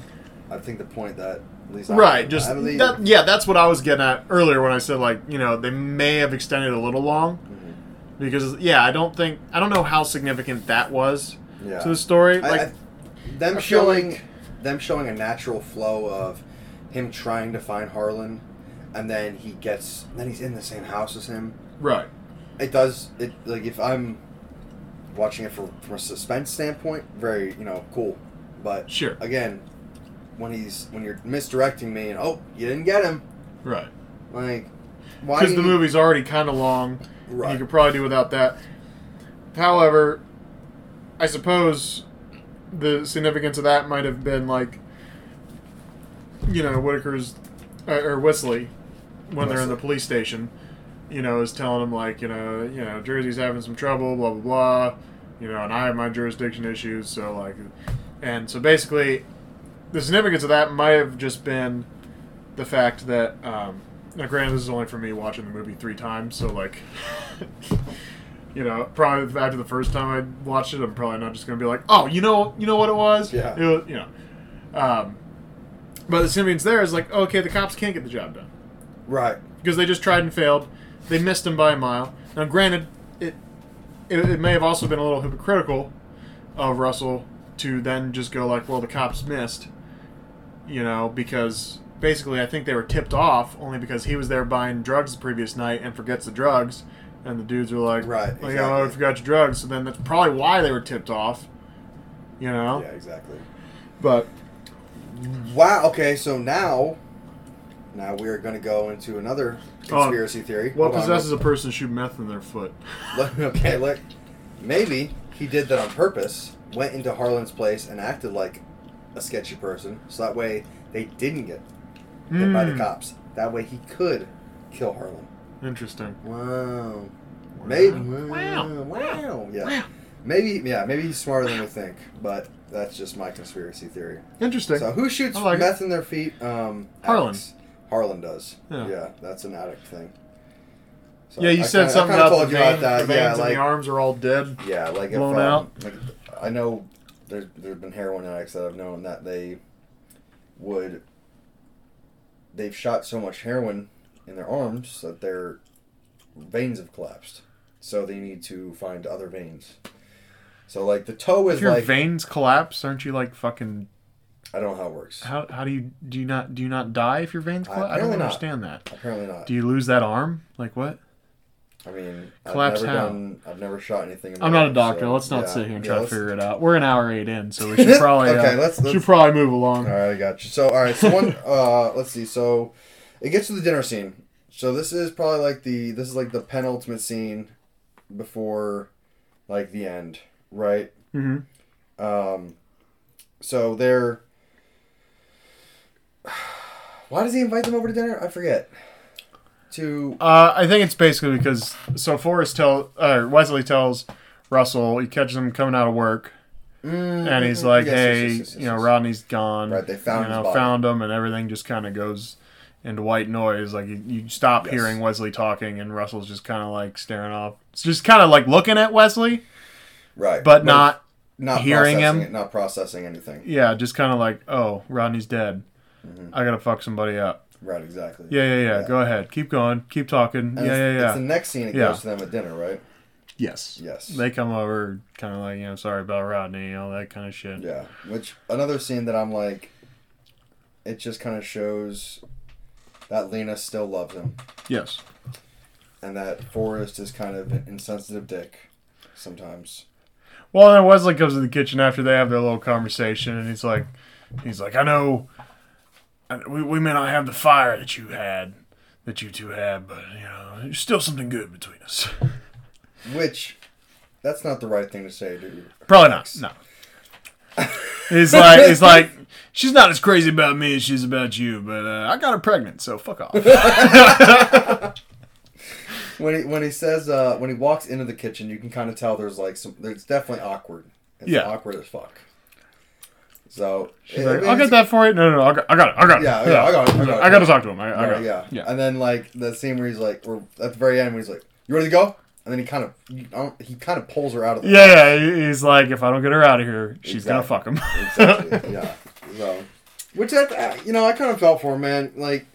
C: I think the point that at least I-
A: right. Just
C: I believe-
A: that, yeah, that's what I was getting at earlier when I said like, you know, they may have extended a little long
C: Mhm.
A: because yeah, I don't think I don't know how significant that was
C: Yeah.
A: to the story.
C: I-
A: Like,
C: I- them
A: I feel
C: showing
A: like-
C: them showing a natural flow of him trying to find Harlan, and then he gets then he's in the same house as him.
A: right,
C: It does it like if I'm watching it from from a suspense standpoint, very you know cool, but
A: sure,
C: again, when he's when you're misdirecting me and oh you didn't get him
A: right.
C: like why
A: Because
C: do
A: the
C: you-
A: movie's already kind of long. and You
C: right
A: could probably do without that. However, I suppose the significance of that might have been like, you know, Whitaker's uh, or Wesley when they're in the
C: Wesley.
A: police station, you know, is telling him like, you know, you know, Jersey's having some trouble, blah blah blah, you know, and I have my jurisdiction issues, so like, and so basically, the significance of that might have just been the fact that um, now granted this is only for me watching the movie three times so like you know probably after the first time i watched it i'm probably not just gonna be like oh you know you know what it was
C: Yeah.
A: it was, you know um, but the significance there is like okay the cops can't get the job done
C: right
A: because they just tried and failed they missed him by a mile now granted it it, it may have also been a little hypocritical of russell to then just go like well the cops missed you know, because basically I think they were tipped off only because he was there buying drugs the previous night and forgets the drugs, and the dudes were like,
C: Right,
A: like, oh, I
C: exactly.
A: forgot your drugs. So then that's probably why they were tipped off, you know.
C: yeah exactly
A: But
C: wow okay so now now we are going to go into another conspiracy theory
A: what
C: Hold on.
A: Oh, possesses a person to shoot meth in their foot?
C: Look, okay, look. Maybe he did that on purpose, went into Harlan's place and acted like a sketchy person, so that way they didn't get hit by the
A: Hmm.
C: cops. That way he could kill Harlan.
A: Interesting.
C: Wow. Maybe.
A: Wow.
C: Wow. Yeah.
A: Wow.
C: Maybe. Yeah. Maybe he's smarter than we think, but that's just my conspiracy theory.
A: Interesting.
C: So who shoots
A: I like it.
C: meth in their feet? Um,
A: Harlan.
C: addicts. Harlan does.
A: Yeah.
C: Yeah. that's an addict thing. So
A: yeah, you
C: I
A: said
C: kinda- I
A: something
C: kinda
A: about the,
C: told you about
A: vein- the veins
C: Yeah,
A: in
C: like
A: the arms are all dead.
C: yeah, like
A: Blown
C: if, um,
A: out?
C: Like I know there's there've been heroin addicts that I've known that they would they've shot so much heroin in their arms that their veins have collapsed. So they need to find other veins. So like the toe
A: If
C: is
A: your
C: like
A: veins collapse, aren't you like fucking?
C: I don't know how it works.
A: How, how do you do you not do you not die if your veins
C: Uh,
A: collapse? I don't
C: apparently not.
A: understand that.
C: Apparently not.
A: Do you lose that arm? Like what?
C: I mean,
A: Collapse
C: I've never
A: how?
C: done. I've never shot anything. In my
A: I'm not a
C: life,
A: doctor.
C: so,
A: let's not
C: yeah.
A: sit here and
C: Yeah,
A: try to
C: let's-
A: figure it out. We're an hour eight in, so we should probably
C: Okay,
A: uh,
C: let's- let's-
A: should probably move along.
C: All right, I got you. So, all right, so one, uh, let's see. So, it gets to the dinner scene. So this is probably like the this is like the penultimate scene before, like the end, right?
A: Mhm.
C: Um, so they're. Why does he invite them over to dinner? I forget. To
A: Uh, I think it's basically because so Forrest tell uh, Wesley tells Russell he catches him coming out of work and he's like,
C: Mm-hmm. Yes, yes,
A: hey,
C: yes, yes, yes,
A: you know,
C: yes.
A: Rodney's gone.
C: Right, they found
A: you
C: his
A: know,
C: body.
A: found him, and everything just kind of goes into white noise. Like you, you stop
C: Yes.
A: hearing Wesley talking, and Russell's just kind of like staring off. It's just kind of like looking at Wesley,
C: right,
A: but not
C: not
A: hearing
C: processing
A: him.
C: it, not processing anything.
A: yeah, just kind of like, oh, Rodney's dead. I gotta fuck somebody up.
C: Right, exactly.
A: Yeah, yeah, yeah.
C: Mm-hmm. Yeah.
A: Go ahead. Keep going. Keep talking.
C: And
A: yeah,
C: it's,
A: yeah, yeah.
C: It's the next scene. It
A: Yeah.
C: goes to them at dinner, right?
A: yes.
C: Yes.
A: They come over, kind of like, you know, sorry about Rodney, all that kind of shit.
C: Yeah, which another scene that I'm like, it just kind of shows that Lena still loves him,
A: Yes.
C: and that Forrest is kind of an insensitive dick sometimes.
A: Well, then Wesley comes to the kitchen after they have their little conversation, and he's like, he's like, I know
F: I- we, we may not have the fire that you had, that you two had, but you know, there's still something good between us.
C: Which, that's not the right thing to say, dude.
F: Probably not. No. It's like it's like she's not as crazy about me as she's about you, but uh, I got her pregnant, so fuck off.
C: When he when he says uh, when he walks into the kitchen, you can kind of tell there's like some. There's definitely awkward. It's
F: Yeah.
C: awkward as fuck. So
A: She's
C: I
A: like,
C: mean,
A: I'll get
C: it's-
A: that for you. No, no, no. I got, I got it. I got it.
C: Yeah, yeah, I got it, I got it,
A: I got
C: yeah.
A: to talk to him. I, I
C: Yeah,
A: got it.
C: yeah.
A: Yeah.
C: And then like the scene where he's like, or at the very end, where he's like, "You ready to go?" And then he kind of, you don't, he kind of pulls her out of the.
A: Yeah, yeah, he- he's like, if I don't get her out of here, she's gonna fuck
C: Exactly.
A: him.
C: Exactly. yeah. So, which I, I- you know, I kind of felt for him, man. Like,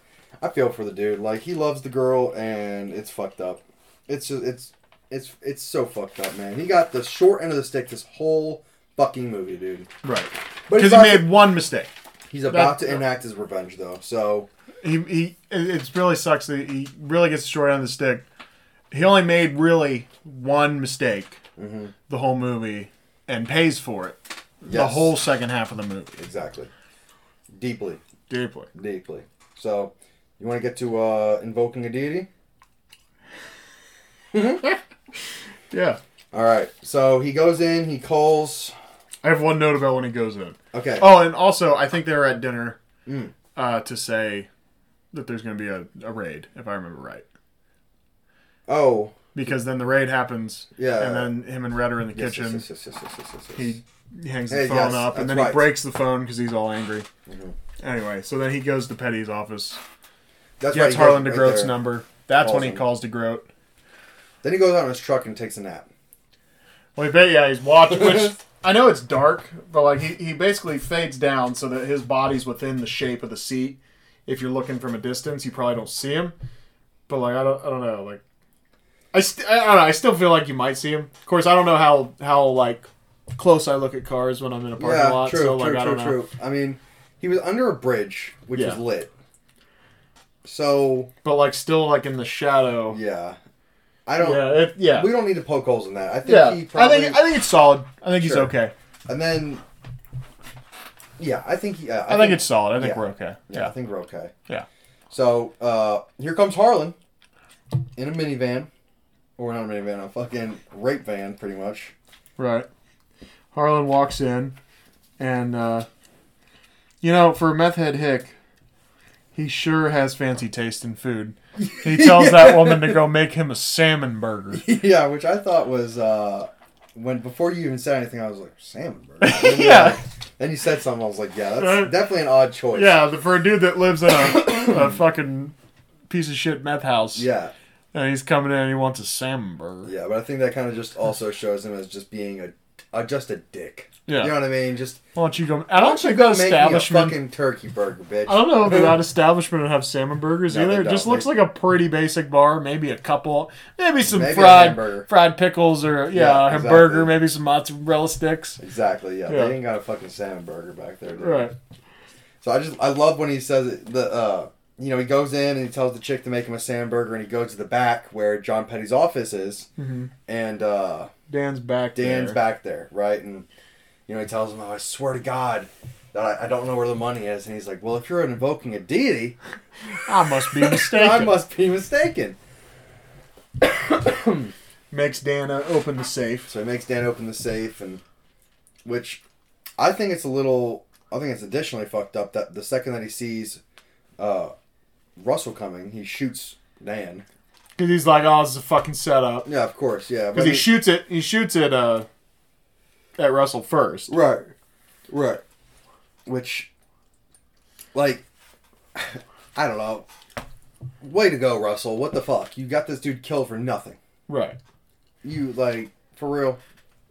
C: I feel for the dude. Like, he loves the girl, and it's fucked up. It's just, it's, it's, it's so fucked up, man. He got the short end of the stick this whole fucking movie, dude.
A: right.
C: But he's
A: Because he
C: about,
A: made one mistake.
C: to, he's about
A: that-
C: to enact his revenge, though. So,
A: He, he it it really sucks that he really gets the short end of the stick. He only made really one mistake the whole movie and pays for it the
C: Yes.
A: whole second half of the movie.
C: exactly. Deeply,
A: Deeply.
C: deeply. So, you want to get to uh, invoking a deity?
A: Yeah.
C: All right. So he goes in. He calls.
A: I have one note about when he goes in.
C: Okay.
A: Oh, and also, I think they were at dinner uh, to say that there's going to be a, a raid, if I remember right.
C: Oh.
A: Because then the raid happens,
C: Yeah.
A: and then him and Red are in the
C: Yes, yes,
A: kitchen.
C: yes, yes, yes, yes, yes, yes, yes.
A: He hangs
C: Hey,
A: the phone
C: yes,
A: up, and
C: that's
A: then he
C: right. Mm-hmm.
A: breaks the phone because he's all angry. Anyway, so then he goes to Petty's office,
C: That's
A: gets
C: he goes
A: Harlan DeGroat's
C: there.
A: number. That's
C: Calls
A: when he
C: him.
A: calls DeGroat.
C: Then he goes out in his truck and takes a nap.
A: Well, he bet yeah, he's watching. Which I know it's dark, but like he, he basically fades down so that his body's within the shape of the seat. If you're looking from a distance, you probably don't see him. But like I don't I don't know like I st- I don't know I still feel like you might see him. Of course, I don't know how how like close I look at cars when I'm in a parking
C: yeah,
A: lot.
C: true,
A: so like
C: true,
A: I
C: true,
A: don't know.
C: true. I mean, he was under a bridge, which
A: Yeah.
C: was lit. So
A: But like still like in the shadow.
C: yeah, I don't.
A: Yeah, it, yeah.
C: We don't need to poke holes in that. I think
A: yeah,
C: he probably.
A: I think I think it's solid. I think he's
C: Sure.
A: okay.
C: and then. Yeah, I think. Yeah,
A: I, think, it's solid. I think
C: yeah.
A: we're okay.
C: Yeah, I think we're okay.
A: Yeah.
C: So uh, here comes Harlan in a minivan, or not a minivan, a fucking rape van, pretty much.
A: Right. Harlan walks in, and uh, you know, for meth head Hick, he sure has fancy taste in food. He tells that woman to go make him a salmon burger.
C: yeah, which I thought was uh, when before you even said anything, I was like salmon burger.
A: yeah,
C: Then you said something. I was like, yeah,
A: Right.
C: that's definitely an odd choice.
A: yeah. the- For a dude that lives in a, a fucking piece of shit meth house,
C: Yeah,
A: and he's coming in and he wants a salmon burger.
C: yeah, but I think that kind of just also shows him as just being a, a just a dick.
A: Yeah.
C: you know what I mean. Just
A: Why don't you go? I don't think
C: go
A: that
C: make me a
A: establishment.
C: fucking turkey burger, bitch.
A: I don't know if that establishment would have salmon burgers
C: No, they
A: either. It
C: don't.
A: just looks like a pretty basic bar. Maybe a couple, maybe some
C: Maybe a hamburger.
A: fried fried pickles or yeah,
C: Yeah,
A: a
C: exactly.
A: burger, maybe some mozzarella sticks.
C: Exactly. Yeah,
A: Yeah.
C: they ain't got a fucking salmon burger back there. dude.
A: Right.
C: So I just I love when he says it, the uh you know he goes in and he tells the chick to make him a salmon burger and he goes to the back where John Petty's office is
A: Mm-hmm.
C: and uh
A: Dan's back.
C: Dan's
A: there.
C: back there right and you know he tells him oh I swear to God that I, I don't know where the money is and he's like well if you're invoking a deity
A: I must be
C: then
A: mistaken.
C: I must be mistaken
A: Makes Dan uh, open the safe.
C: so he makes Dan open the safe and which I think it's a little I think it's additionally fucked up that the second that he sees uh Russell coming he shoots Dan.
A: Because he's like, oh, this is a fucking setup.
C: Yeah, of course. Yeah,
A: Because
C: but I
A: he
C: mean-
A: shoots it. He shoots it. Uh, at Russell first.
C: right, right. Which, like, I don't know. Way to go, Russell. What the fuck? You got this dude killed for nothing.
A: Right.
C: You like for real?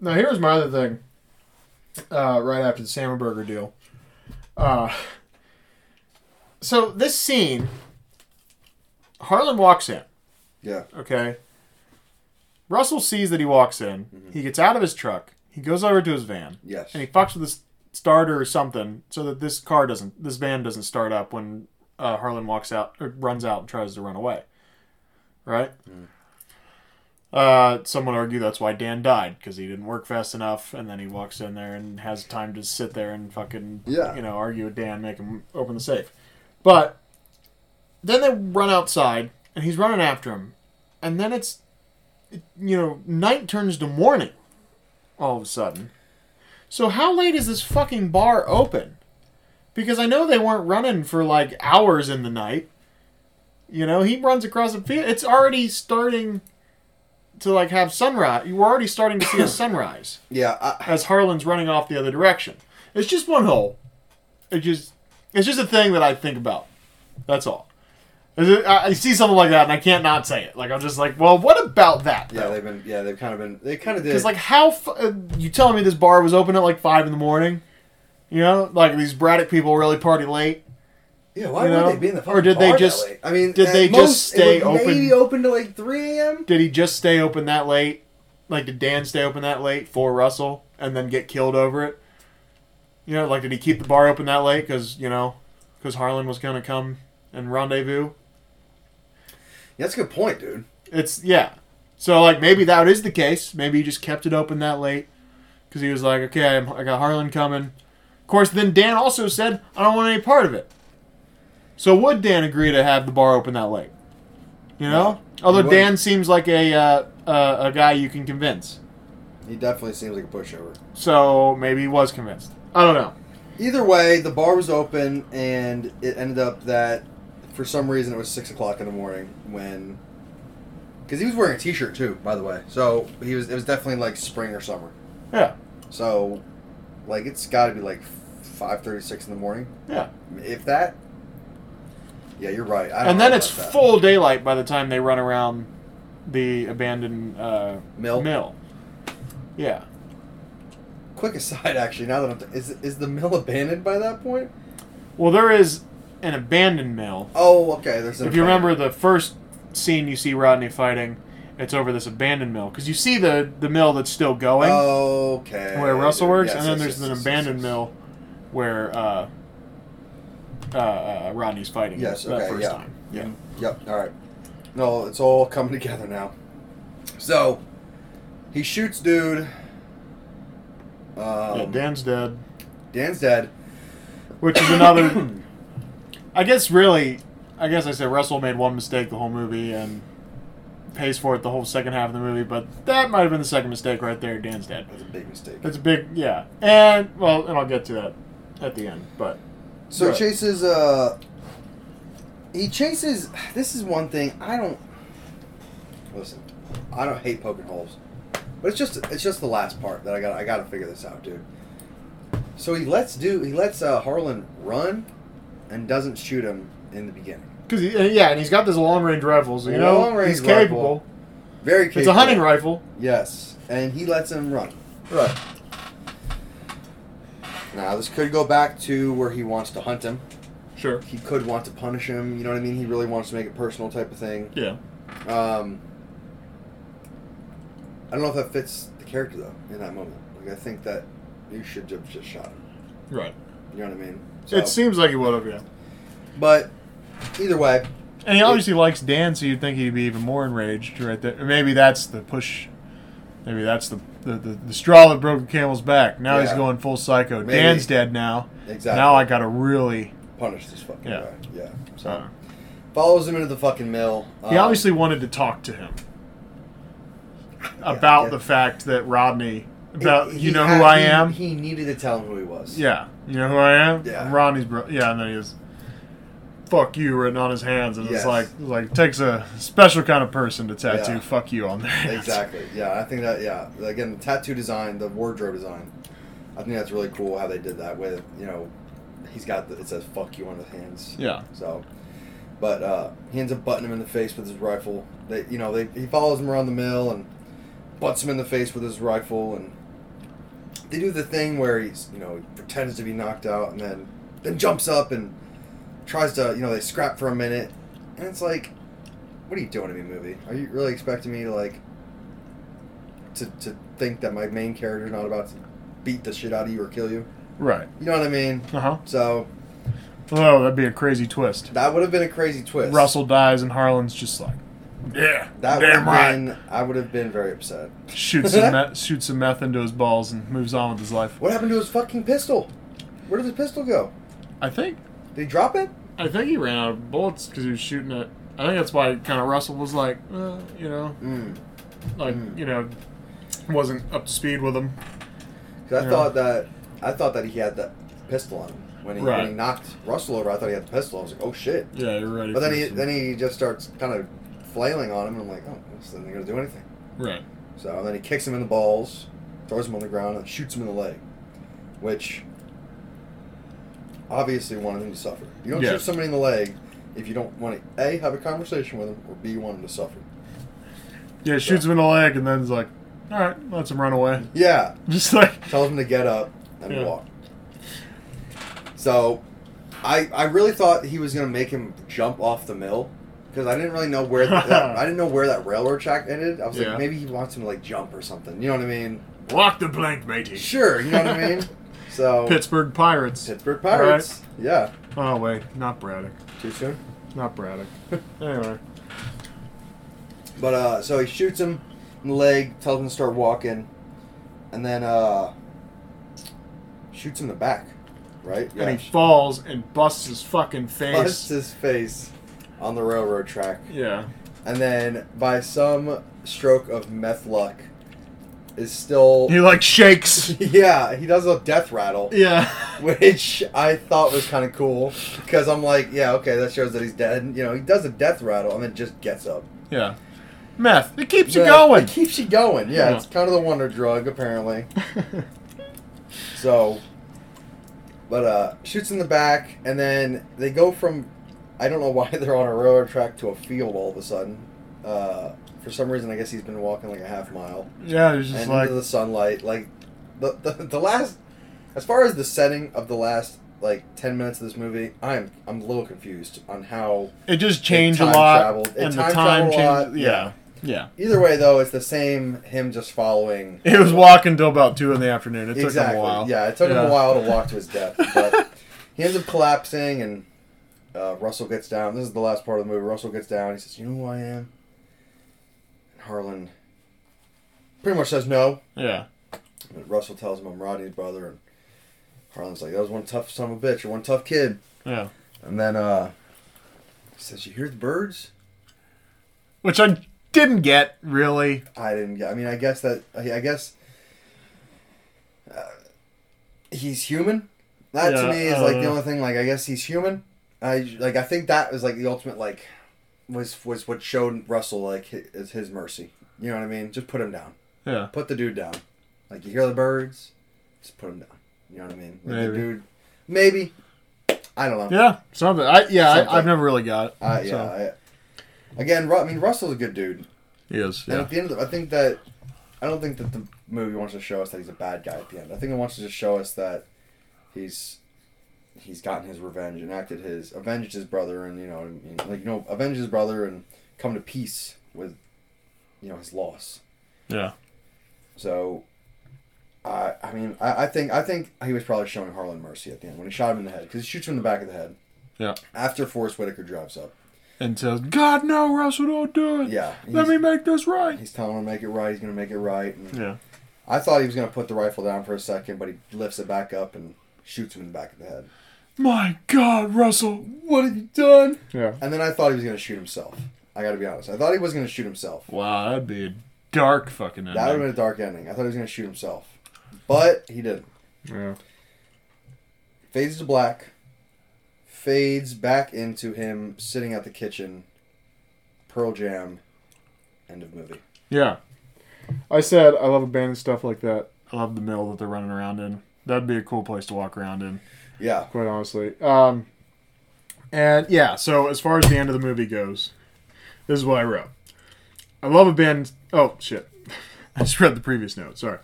A: Now here's my other thing. Uh, right after the salmon burger deal. Uh, so this scene, Harlan walks in.
C: Yeah.
A: Okay. Russell sees that he walks in. He gets out of his truck. He goes over to his van,
C: Yes.
A: and he fucks with this starter or something so that this car doesn't, this van doesn't start up when uh, Harlan walks out or runs out and tries to run away. Right. Uh, some would argue that's why Dan died because he didn't work fast enough, and then he walks in there and has time to sit there and fucking
C: Yeah.
A: you know argue with Dan, make him open the safe. But then they run outside, and he's running after him, and then it's, it- you know, night turns to morning, all of a sudden. So how late is this fucking bar open? Because I know they weren't running for like hours in the night. You know, he runs across a field. It's already starting to like have sunrise. You were already starting to see a sunrise
C: Yeah, I,
A: as Harlan's running off the other direction. It's just one hole. It just it's just a thing that I think about. That's all. Is it- I I see something like that and I can't not say it. Like I'm just like, well, what about that?
C: yeah, they've been, yeah, they've kind of been, they kind of did.
A: Because like how f- uh, you telling me this bar was open at like five in the morning? You know, like these Braddock people really party late.
C: yeah, why
A: you
C: would
A: know,
C: they be in the
A: or did
C: fucking
A: they
C: bar that
A: just-
C: late? I mean,
A: did
C: at
A: they just
C: most,
A: stay
C: it would
A: open-
C: Maybe open to like three a.m.
A: Did he just stay open that late? Like did Dan stay open that late for Russell and then get killed over it? You know, like did he keep the bar open that late because you know because Harlan was gonna come and rendezvous?
C: Yeah, that's a good point, dude.
A: It's yeah. So like maybe that is the case. Maybe he just kept it open that late because he was like, okay, I'm, I got Harlan coming. Of course, then Dan also said, I don't want any part of it. So would Dan agree to have the bar open that late? You know, although
C: wouldn't.
A: Dan seems like a uh, uh, a guy you can convince.
C: He definitely seems like a pushover.
A: So maybe he was convinced. I don't know.
C: Either way, the bar was open, and it ended up that for some reason it was six o'clock in the morning when, because he was wearing a T-shirt too, by the way. So he was. It was definitely like spring or summer.
A: Yeah,
C: So, like, it's got to be like five thirty, six in the morning,
A: yeah.
C: if that. Yeah, you're right. I don't
A: And
C: know
A: then
C: about
A: it's
C: that.
A: full daylight by the time they run around the abandoned uh,
C: Mill.
A: mill. Yeah.
C: Quick aside, actually, now that I'm th- is is the mill abandoned by that point?
A: Well, there is an abandoned mill.
C: Oh, okay. There's an
A: If you
C: abandoned-
A: remember the first scene you see Rodney fighting, it's over this abandoned mill. Because you see the, the mill that's still going,
C: Oh, Okay.
A: where Russell
C: dude.
A: works,
C: Yes,
A: and then
C: yes,
A: there's
C: yes,
A: an
C: yes,
A: abandoned
C: yes, yes.
A: mill where uh, uh, uh, Rodney's fighting
C: Yes,
A: that
C: okay,
A: first
C: yeah.
A: time. Yeah.
C: Yep. All right. No, it's all coming together now. So, he shoots dude. Um,
A: yeah, Dan's dead.
C: Dan's dead.
A: Which is another. I guess really, I guess I said Russell made one mistake the whole movie and pays for it the whole second half of the movie, but that might have been the second mistake right there. Dan's dead.
C: That's a big mistake.
A: It's a big, yeah. And, well, and I'll get to that at the end, but.
C: So
A: Right.
C: he chases. Uh, he chases. This is one thing I don't. Listen, I don't hate poking holes, but it's just it's just the last part that I got. I got to figure this out, dude. So he lets do. He lets uh, Harlan run, and doesn't shoot him in the beginning.
A: Because, yeah, and he's got this long range rifle, so you know,
C: Long-range
A: he's capable.
C: rifle. Very.
A: It's a
C: capable.
A: hunting rifle.
C: Yes, and he lets him run.
A: Right.
C: Now this could go back to where he wants to hunt him.
A: Sure.
C: He could want to punish him. You know what I mean? He really wants to make it personal, type of thing.
A: Yeah.
C: Um, I don't know if that fits the character though in that moment. Like I think that you should have just shot him.
A: Right.
C: You know what I mean? So,
A: It seems like he would have, yeah.
C: but either way,
A: And he obviously likes Dan, so you'd think he'd be even more enraged right there. Or Maybe that's the push. Maybe that's the the, the, the straw that broke the camel's back. Now he's
C: Yeah.
A: going full psycho.
C: Maybe.
A: Dan's dead now.
C: exactly.
A: Now I gotta really.
C: punish this fucking
A: Yeah.
C: guy. Yeah.
A: So
C: Follows him into the fucking mill.
A: he
C: Um,
A: obviously wanted to talk to him about
C: yeah.
A: the fact that Rodney.
C: he-
A: About
C: he
A: you know
C: had-
A: who I
C: he-
A: am.
C: He needed to tell him who he was.
A: Yeah, you know who I am.
C: Yeah.
A: I'm Rodney's bro. Yeah, and then he was, "fuck you" written on his hands, and
C: Yes.
A: it's like like it takes a special kind of person to tattoo
C: Yeah.
A: "fuck you" on their hands.
C: Exactly. Yeah, I think that. Yeah, again, the tattoo design, the wardrobe design. I think that's really cool how they did that with you know, he's got the, it says "fuck you" on his hands.
A: Yeah.
C: So, but uh, he ends up butting him in the face with his rifle. They, you know, they he follows him around the mill and butts him in the face with his rifle, and they do the thing where he's you know he pretends to be knocked out and then then jumps up and tries to you know they scrap for a minute, and it's like, what are you doing to me, movie? Are you really expecting me to like to to think that my main character's not about to beat the shit out of you or kill you?
A: Right.
C: You know what I mean?
A: Uh huh.
C: So
A: Oh, that'd be a crazy twist.
C: that would have been a crazy twist.
A: Russell dies, and Harlan's just like, "Yeah,
C: That would
A: damn
C: have
A: right."
C: been. I would have been very upset.
A: Shoots some meth, shoots some meth into his balls and moves on with his life.
C: What happened to his fucking pistol? Where did his pistol go?
A: I think
C: Did he drop it?
A: I think he ran out of bullets because he was shooting it. I think that's why kind of Russell was like, uh, you know,
C: Mm.
A: like
C: Mm.
A: you know, wasn't up to speed with him.
C: 'Cause I
A: Yeah.
C: thought that I thought that he had that pistol on him when he,
A: Right.
C: when he knocked Russell over. I thought he had the pistol. I was like, oh shit.
A: Yeah, you're right.
C: But then he then he just starts kind of flailing on him, and I'm like, oh, this isn't gonna do anything.
A: right.
C: So and then he kicks him in the balls, throws him on the ground, and shoots him in the leg, which obviously wanted him to suffer. You don't
A: Yeah.
C: shoot somebody in the leg if you don't want to a have a conversation with him or b want him to suffer.
A: Yeah, shoots him in the leg and then's like, all right, lets him run away.
C: Yeah,
A: Just like
C: tells him to get up and
A: Yeah.
C: walk. So, I I really thought he was gonna make him jump off the mill because I didn't really know where the, that, I didn't know where that railroad track ended. I was
A: Yeah.
C: like, maybe he wants him to like jump or something. You know what I mean?
A: walk the plank, matey.
C: Sure, you know what I mean. So
A: Pittsburgh Pirates.
C: Pittsburgh Pirates. Yeah,
A: Oh wait, not Braddock.
C: too soon.
A: Not Braddock. anyway.
C: But uh, so he shoots him in the leg, tells him to start walking, and then uh, shoots him in the back. Right?
A: And he falls and busts his fucking face.
C: busts his face on the railroad track,
A: Yeah.
C: and then by some stroke of meth luck, is still
A: He like shakes.
C: yeah he does a death rattle,
A: yeah.
C: which I thought was kind of cool because I'm like yeah okay that shows that he's dead you know he does a death rattle and then just gets up.
A: Yeah. Meth. It keeps you
C: Yeah,
A: going.
C: It keeps you going. Yeah,
A: Yeah.
C: it's kind of the wonder drug apparently. So, but uh, shoots in the back, and then they go from I don't know why they're on a railroad track to a field all of a sudden. Uh, for some reason, I guess he's been walking like a half mile
A: yeah, he's just
C: and
A: like
C: into the sunlight. Like the, the the last, as far as the setting of the last like ten minutes of this movie, I'm I'm a little confused on how.
A: it just changed a
C: time
A: lot.
C: traveled. It
A: And the
C: time
A: time
C: traveled a lot.
A: changed. Yeah. Yeah.
C: Either way, though, it's the same. Him just following.
A: He was walking till about two in the afternoon. It took
C: exactly.
A: him a while.
C: Yeah, it took him
A: Yeah.
C: a while to walk to his death, but he ends up collapsing, and uh, Russell gets down. This is the last part of the movie. Russell gets down. He says, "You know who I am." And Harlan pretty much says no.
A: Yeah.
C: And Russell tells him, "I'm Rodney's brother," and Harlan's like, "That was one tough son of a bitch, or one tough kid."
A: Yeah.
C: And then uh, he says, "You hear the birds?"
A: Which I didn't get really.
C: I didn't get. I mean, I guess that. I I guess uh, he's human. That to
A: Yeah,
C: me is
A: uh,
C: like the only thing. Like, I guess he's human. I like. I think that was like the ultimate. Like, was was what showed Russell like his, his mercy. You know what I mean? Just put him down.
A: Yeah.
C: Put the dude down. Like you hear the birds, just put him down. You know what I mean? Like, The
A: Maybe.
C: dude, maybe. I don't know.
A: Yeah. Something. I yeah.
C: Something.
A: I, I've never really got it.
C: I- yeah.
A: so.
C: I, again, Ru- I mean, Russell's a good dude.
A: He is.
C: And
A: Yeah.
C: at the end of the, I think that I don't think that the movie wants to show us that he's a bad guy at the end. I think it wants to just show us that he's he's gotten his revenge, enacted his avenged his brother, and you know, and, like you know, avenged his brother and come to peace with you know his loss.
A: Yeah.
C: So. I I mean, I, I think I think he was probably showing Harlan mercy at the end when he shot him in the head because he shoots him in the back of the head.
A: Yeah.
C: After Forrest Whitaker drives up.
A: And says, God no, Russell, don't do it.
C: Yeah.
A: Let
C: he's-
A: me make this right.
C: He's telling him to make it right. He's gonna make it right. And
A: Yeah.
C: I thought he was going to put the rifle down for a second, but he lifts it back up and shoots him in the back of the head.
A: My God, Russell.
C: What have you done?
A: Yeah.
C: And then I thought he was going to shoot himself. I got to be honest. I thought he was going to shoot himself.
A: Wow, that'd be a dark fucking ending.
C: That would have been a dark ending. I thought he was going to shoot himself. But he didn't.
A: yeah.
C: Fades to black. Fades back into him sitting at the kitchen. Pearl Jam. End of movie.
A: Yeah. I said I love abandoned stuff like that. I love the mill that they're running around in. That'd be a cool place to walk around in,
C: Yeah.
A: quite honestly. Um, and yeah, so as far as the end of the movie goes, this is what I wrote. I love abandoned. Oh shit! I just read the previous note. Sorry.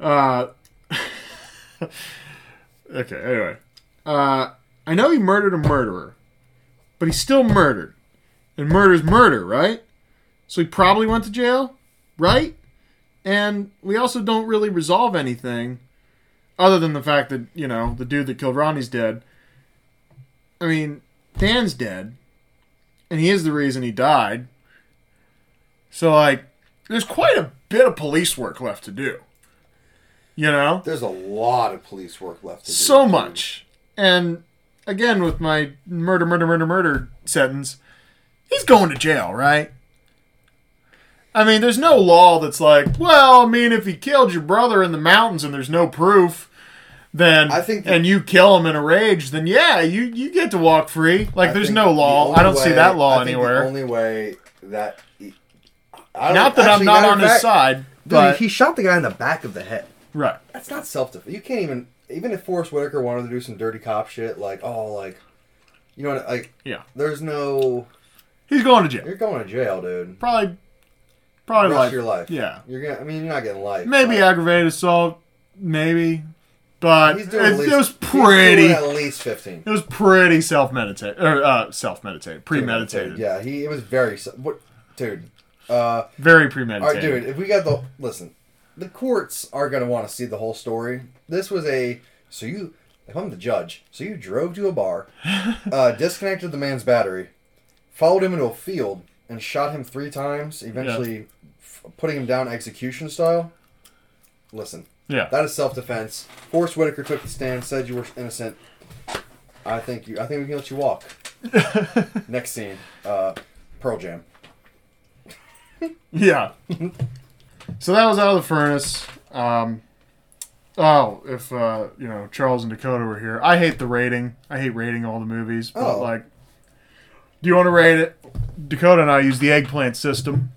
A: uh, okay. Anyway, uh, I know he murdered a murderer, but he's still murdered, and murder's murder, right? So he probably went to jail, right? And we also don't really resolve anything other than the fact that, you know, the dude that killed Ronnie's dead. I mean, Dan's dead, and he is the reason he died. So, like, there's quite a bit of police work left to do. You know?
C: There's a lot of police work left to do.
A: So much. And again with my murder, murder, murder, murder sentence, he's going to jail, right? I mean, there's no law that's like, well, I mean, if he killed your brother in the mountains and there's no proof, then
C: I think that-
A: and you kill him in a rage, then yeah, you you get to walk free. Like,
C: I
A: there's
C: think
A: no law.
C: the only
A: I don't see
C: way-
A: that law
C: I think
A: anywhere.
C: The only way that I don't-
A: not that
C: actually,
A: I'm not
C: matter
A: on
C: of
A: his
C: fact-
A: side,
C: Dude,
A: but
C: he shot the guy in the back of the head.
A: right.
C: That's not self defense. You can't even even if Forrest Whitaker wanted to do some dirty cop shit, like oh, like you know, what, like
A: Yeah.
C: there's no
A: He's going to jail.
C: you're going to jail, dude.
A: Probably, probably
C: Rest
A: like
C: of your life.
A: Yeah,
C: You're gonna. I mean, you're not getting life.
A: maybe
C: but
A: aggravated assault, maybe, but
C: he's
A: it,
C: doing at least,
A: it was
C: he's
A: pretty.
C: doing
A: It
C: at least fifteen.
A: was pretty self meditate or uh, self meditate, premeditated,
C: Yeah, he it was very se- what, dude. Uh,
A: very
C: all
A: premeditated.
C: right, dude. If we got the listen, the courts are gonna want to see the whole story. This was a so you. If I'm the judge, so you drove to a bar, uh, disconnected the man's battery, followed him into a field, and shot him three times, eventually f- putting him down execution style. Listen,
A: Yeah,
C: that is self defense. Forrest Whitaker took the stand, said you were innocent. I think you. I think we can let you walk. Next scene, uh, Pearl Jam.
A: yeah. so that was out of the furnace. Um, oh, if uh, you know Charles and Dakota were here, I hate the rating. I hate rating all the movies, but
C: Oh.
A: like, do you want to rate it? Dakota and I use the eggplant system.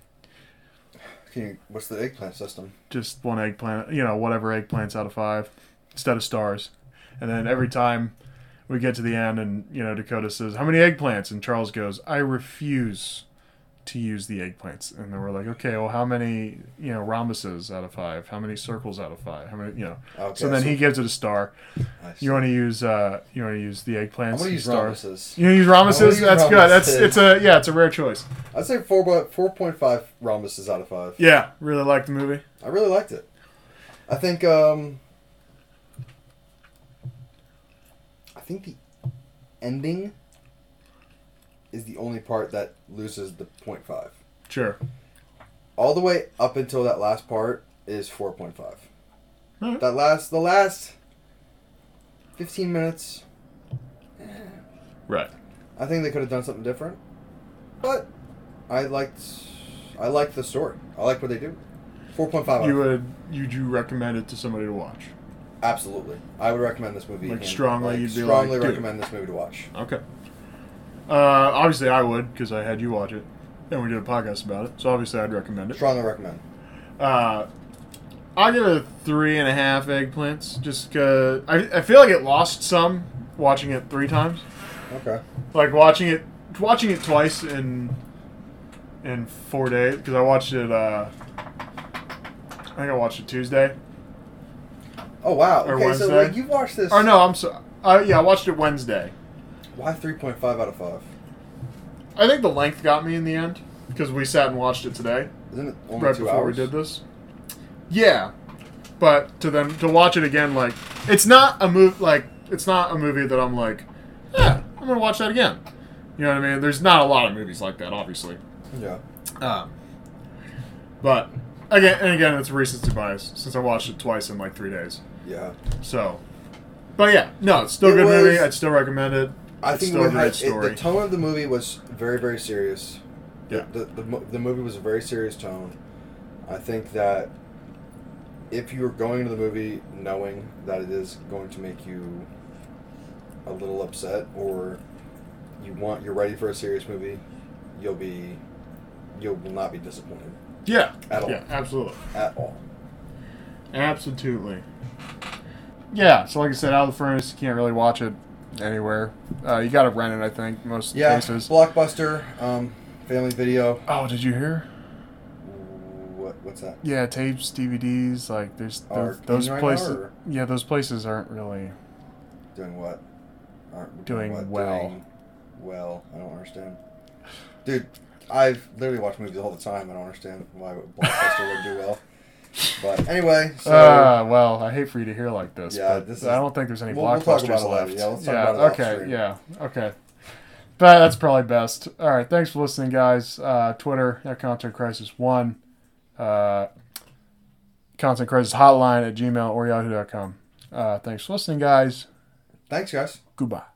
C: Can you, what's the eggplant system?
A: just one eggplant, you know, whatever eggplants out of five instead of stars. And then every time we get to the end and, you know, Dakota says, How many eggplants? And Charles goes, I refuse to use the eggplants. And then we're like, Okay, well, how many, you know, rhombuses out of five? How many circles out of five? How many, you know?
C: Okay,
A: so then he gives it a star.
C: I see.
A: You want to use, uh, you want to use the eggplants?
C: I'm gonna
A: and
C: use
A: stars.
C: rhombuses.
A: You use rhombuses?
C: use
A: That's good. That's
C: rhombuses.
A: it's a yeah, it's a rare choice.
C: I'd say four by four point five rhombuses out of five.
A: Yeah, really like the movie.
C: I really liked it. I think um I think the ending is the only part that loses the point five.
A: Sure.
C: All the way up until that last part is four point five.
A: Alright.
C: That last the last fifteen minutes
A: Right.
C: I think they could have done something different, but I liked I liked the story. I like what they do. Four point five.
A: You would you do recommend it to somebody to watch?
C: absolutely. I would recommend this movie.
A: Like,
C: again.
A: strongly, you'd be like,
C: strongly
A: dude.
C: recommend this movie to watch.
A: Okay. Uh, obviously, I would because I had you watch it, and we did a podcast about it. So obviously, I'd recommend it.
C: Strongly recommend.
A: Uh, I give it a three and a half eggplants. Just 'cause- I, I feel like it lost some watching it three times.
C: Okay.
A: Like watching it, watching it twice in in four days because I watched it. Uh, I think I watched it Tuesday.
C: Oh wow.
A: Or
C: Okay, so
A: Wednesday?
C: like you watched this.
A: Or no, I'm sorry. Uh, yeah, I watched it Wednesday.
C: Why three point five out of five?
A: I think the length got me in the end because we sat and watched it today.
C: Isn't it only
A: right
C: two
A: before
C: hours?
A: we did this. Yeah, but to then to watch it again, like it's not a move. Like it's not a movie that I'm like, yeah, I'm gonna watch that again. You know what I mean? There's not a lot of movies like that, obviously.
C: Yeah.
A: Um, but again, and again, it's recency bias since I watched it twice in like three days.
C: Yeah.
A: So, but yeah, no, it's still a
C: It
A: good movie.
C: was-
A: I'd still recommend it.
C: I
A: it's
C: think
A: still
C: we
A: a great
C: had, it,
A: story.
C: the tone of the movie was very, very serious.
A: Yeah.
C: The, the, the, mo- the movie was a very serious tone. I think that if you were going into the movie knowing that it is going to make you a little upset or you want you're ready for a serious movie, you'll be you will not be disappointed
A: yeah,
C: At all.
A: yeah, absolutely.
C: at all.
A: Absolutely. Yeah, so like I said, out of the furnace, you can't really watch it anywhere. Uh, you gotta rent it, I think, most
C: Yeah.
A: cases.
C: Blockbuster, um, Family Video.
A: oh, did you hear?
C: What, what's that?
A: Yeah, tapes, DVDs, like there's
C: Are
A: those, those
C: clean right now,
A: places.
C: or-
A: yeah, those places aren't really.
C: Doing what? Aren't
A: Doing well.
C: Doing well, I don't understand. Dude, I've literally watched movies all the time. I don't understand why Blockbuster would do well. But anyway, so
A: Ah, well, I hate for you to hear like this.
C: Yeah,
A: but
C: this
A: I
C: is-
A: don't think there's any
C: we'll- we'll talk
A: blockbusters
C: about it later.
A: left.
C: Yeah, let's talk
A: yeah,
C: about it off
A: okay,
C: stream.
A: yeah, okay. But that's probably best. All right, thanks for listening, guys. Uh, Twitter at Content Crisis One, uh, Content Crisis Hotline at Gmail or Yahoo.com. Uh, thanks for listening, guys.
C: thanks, guys.
A: Goodbye.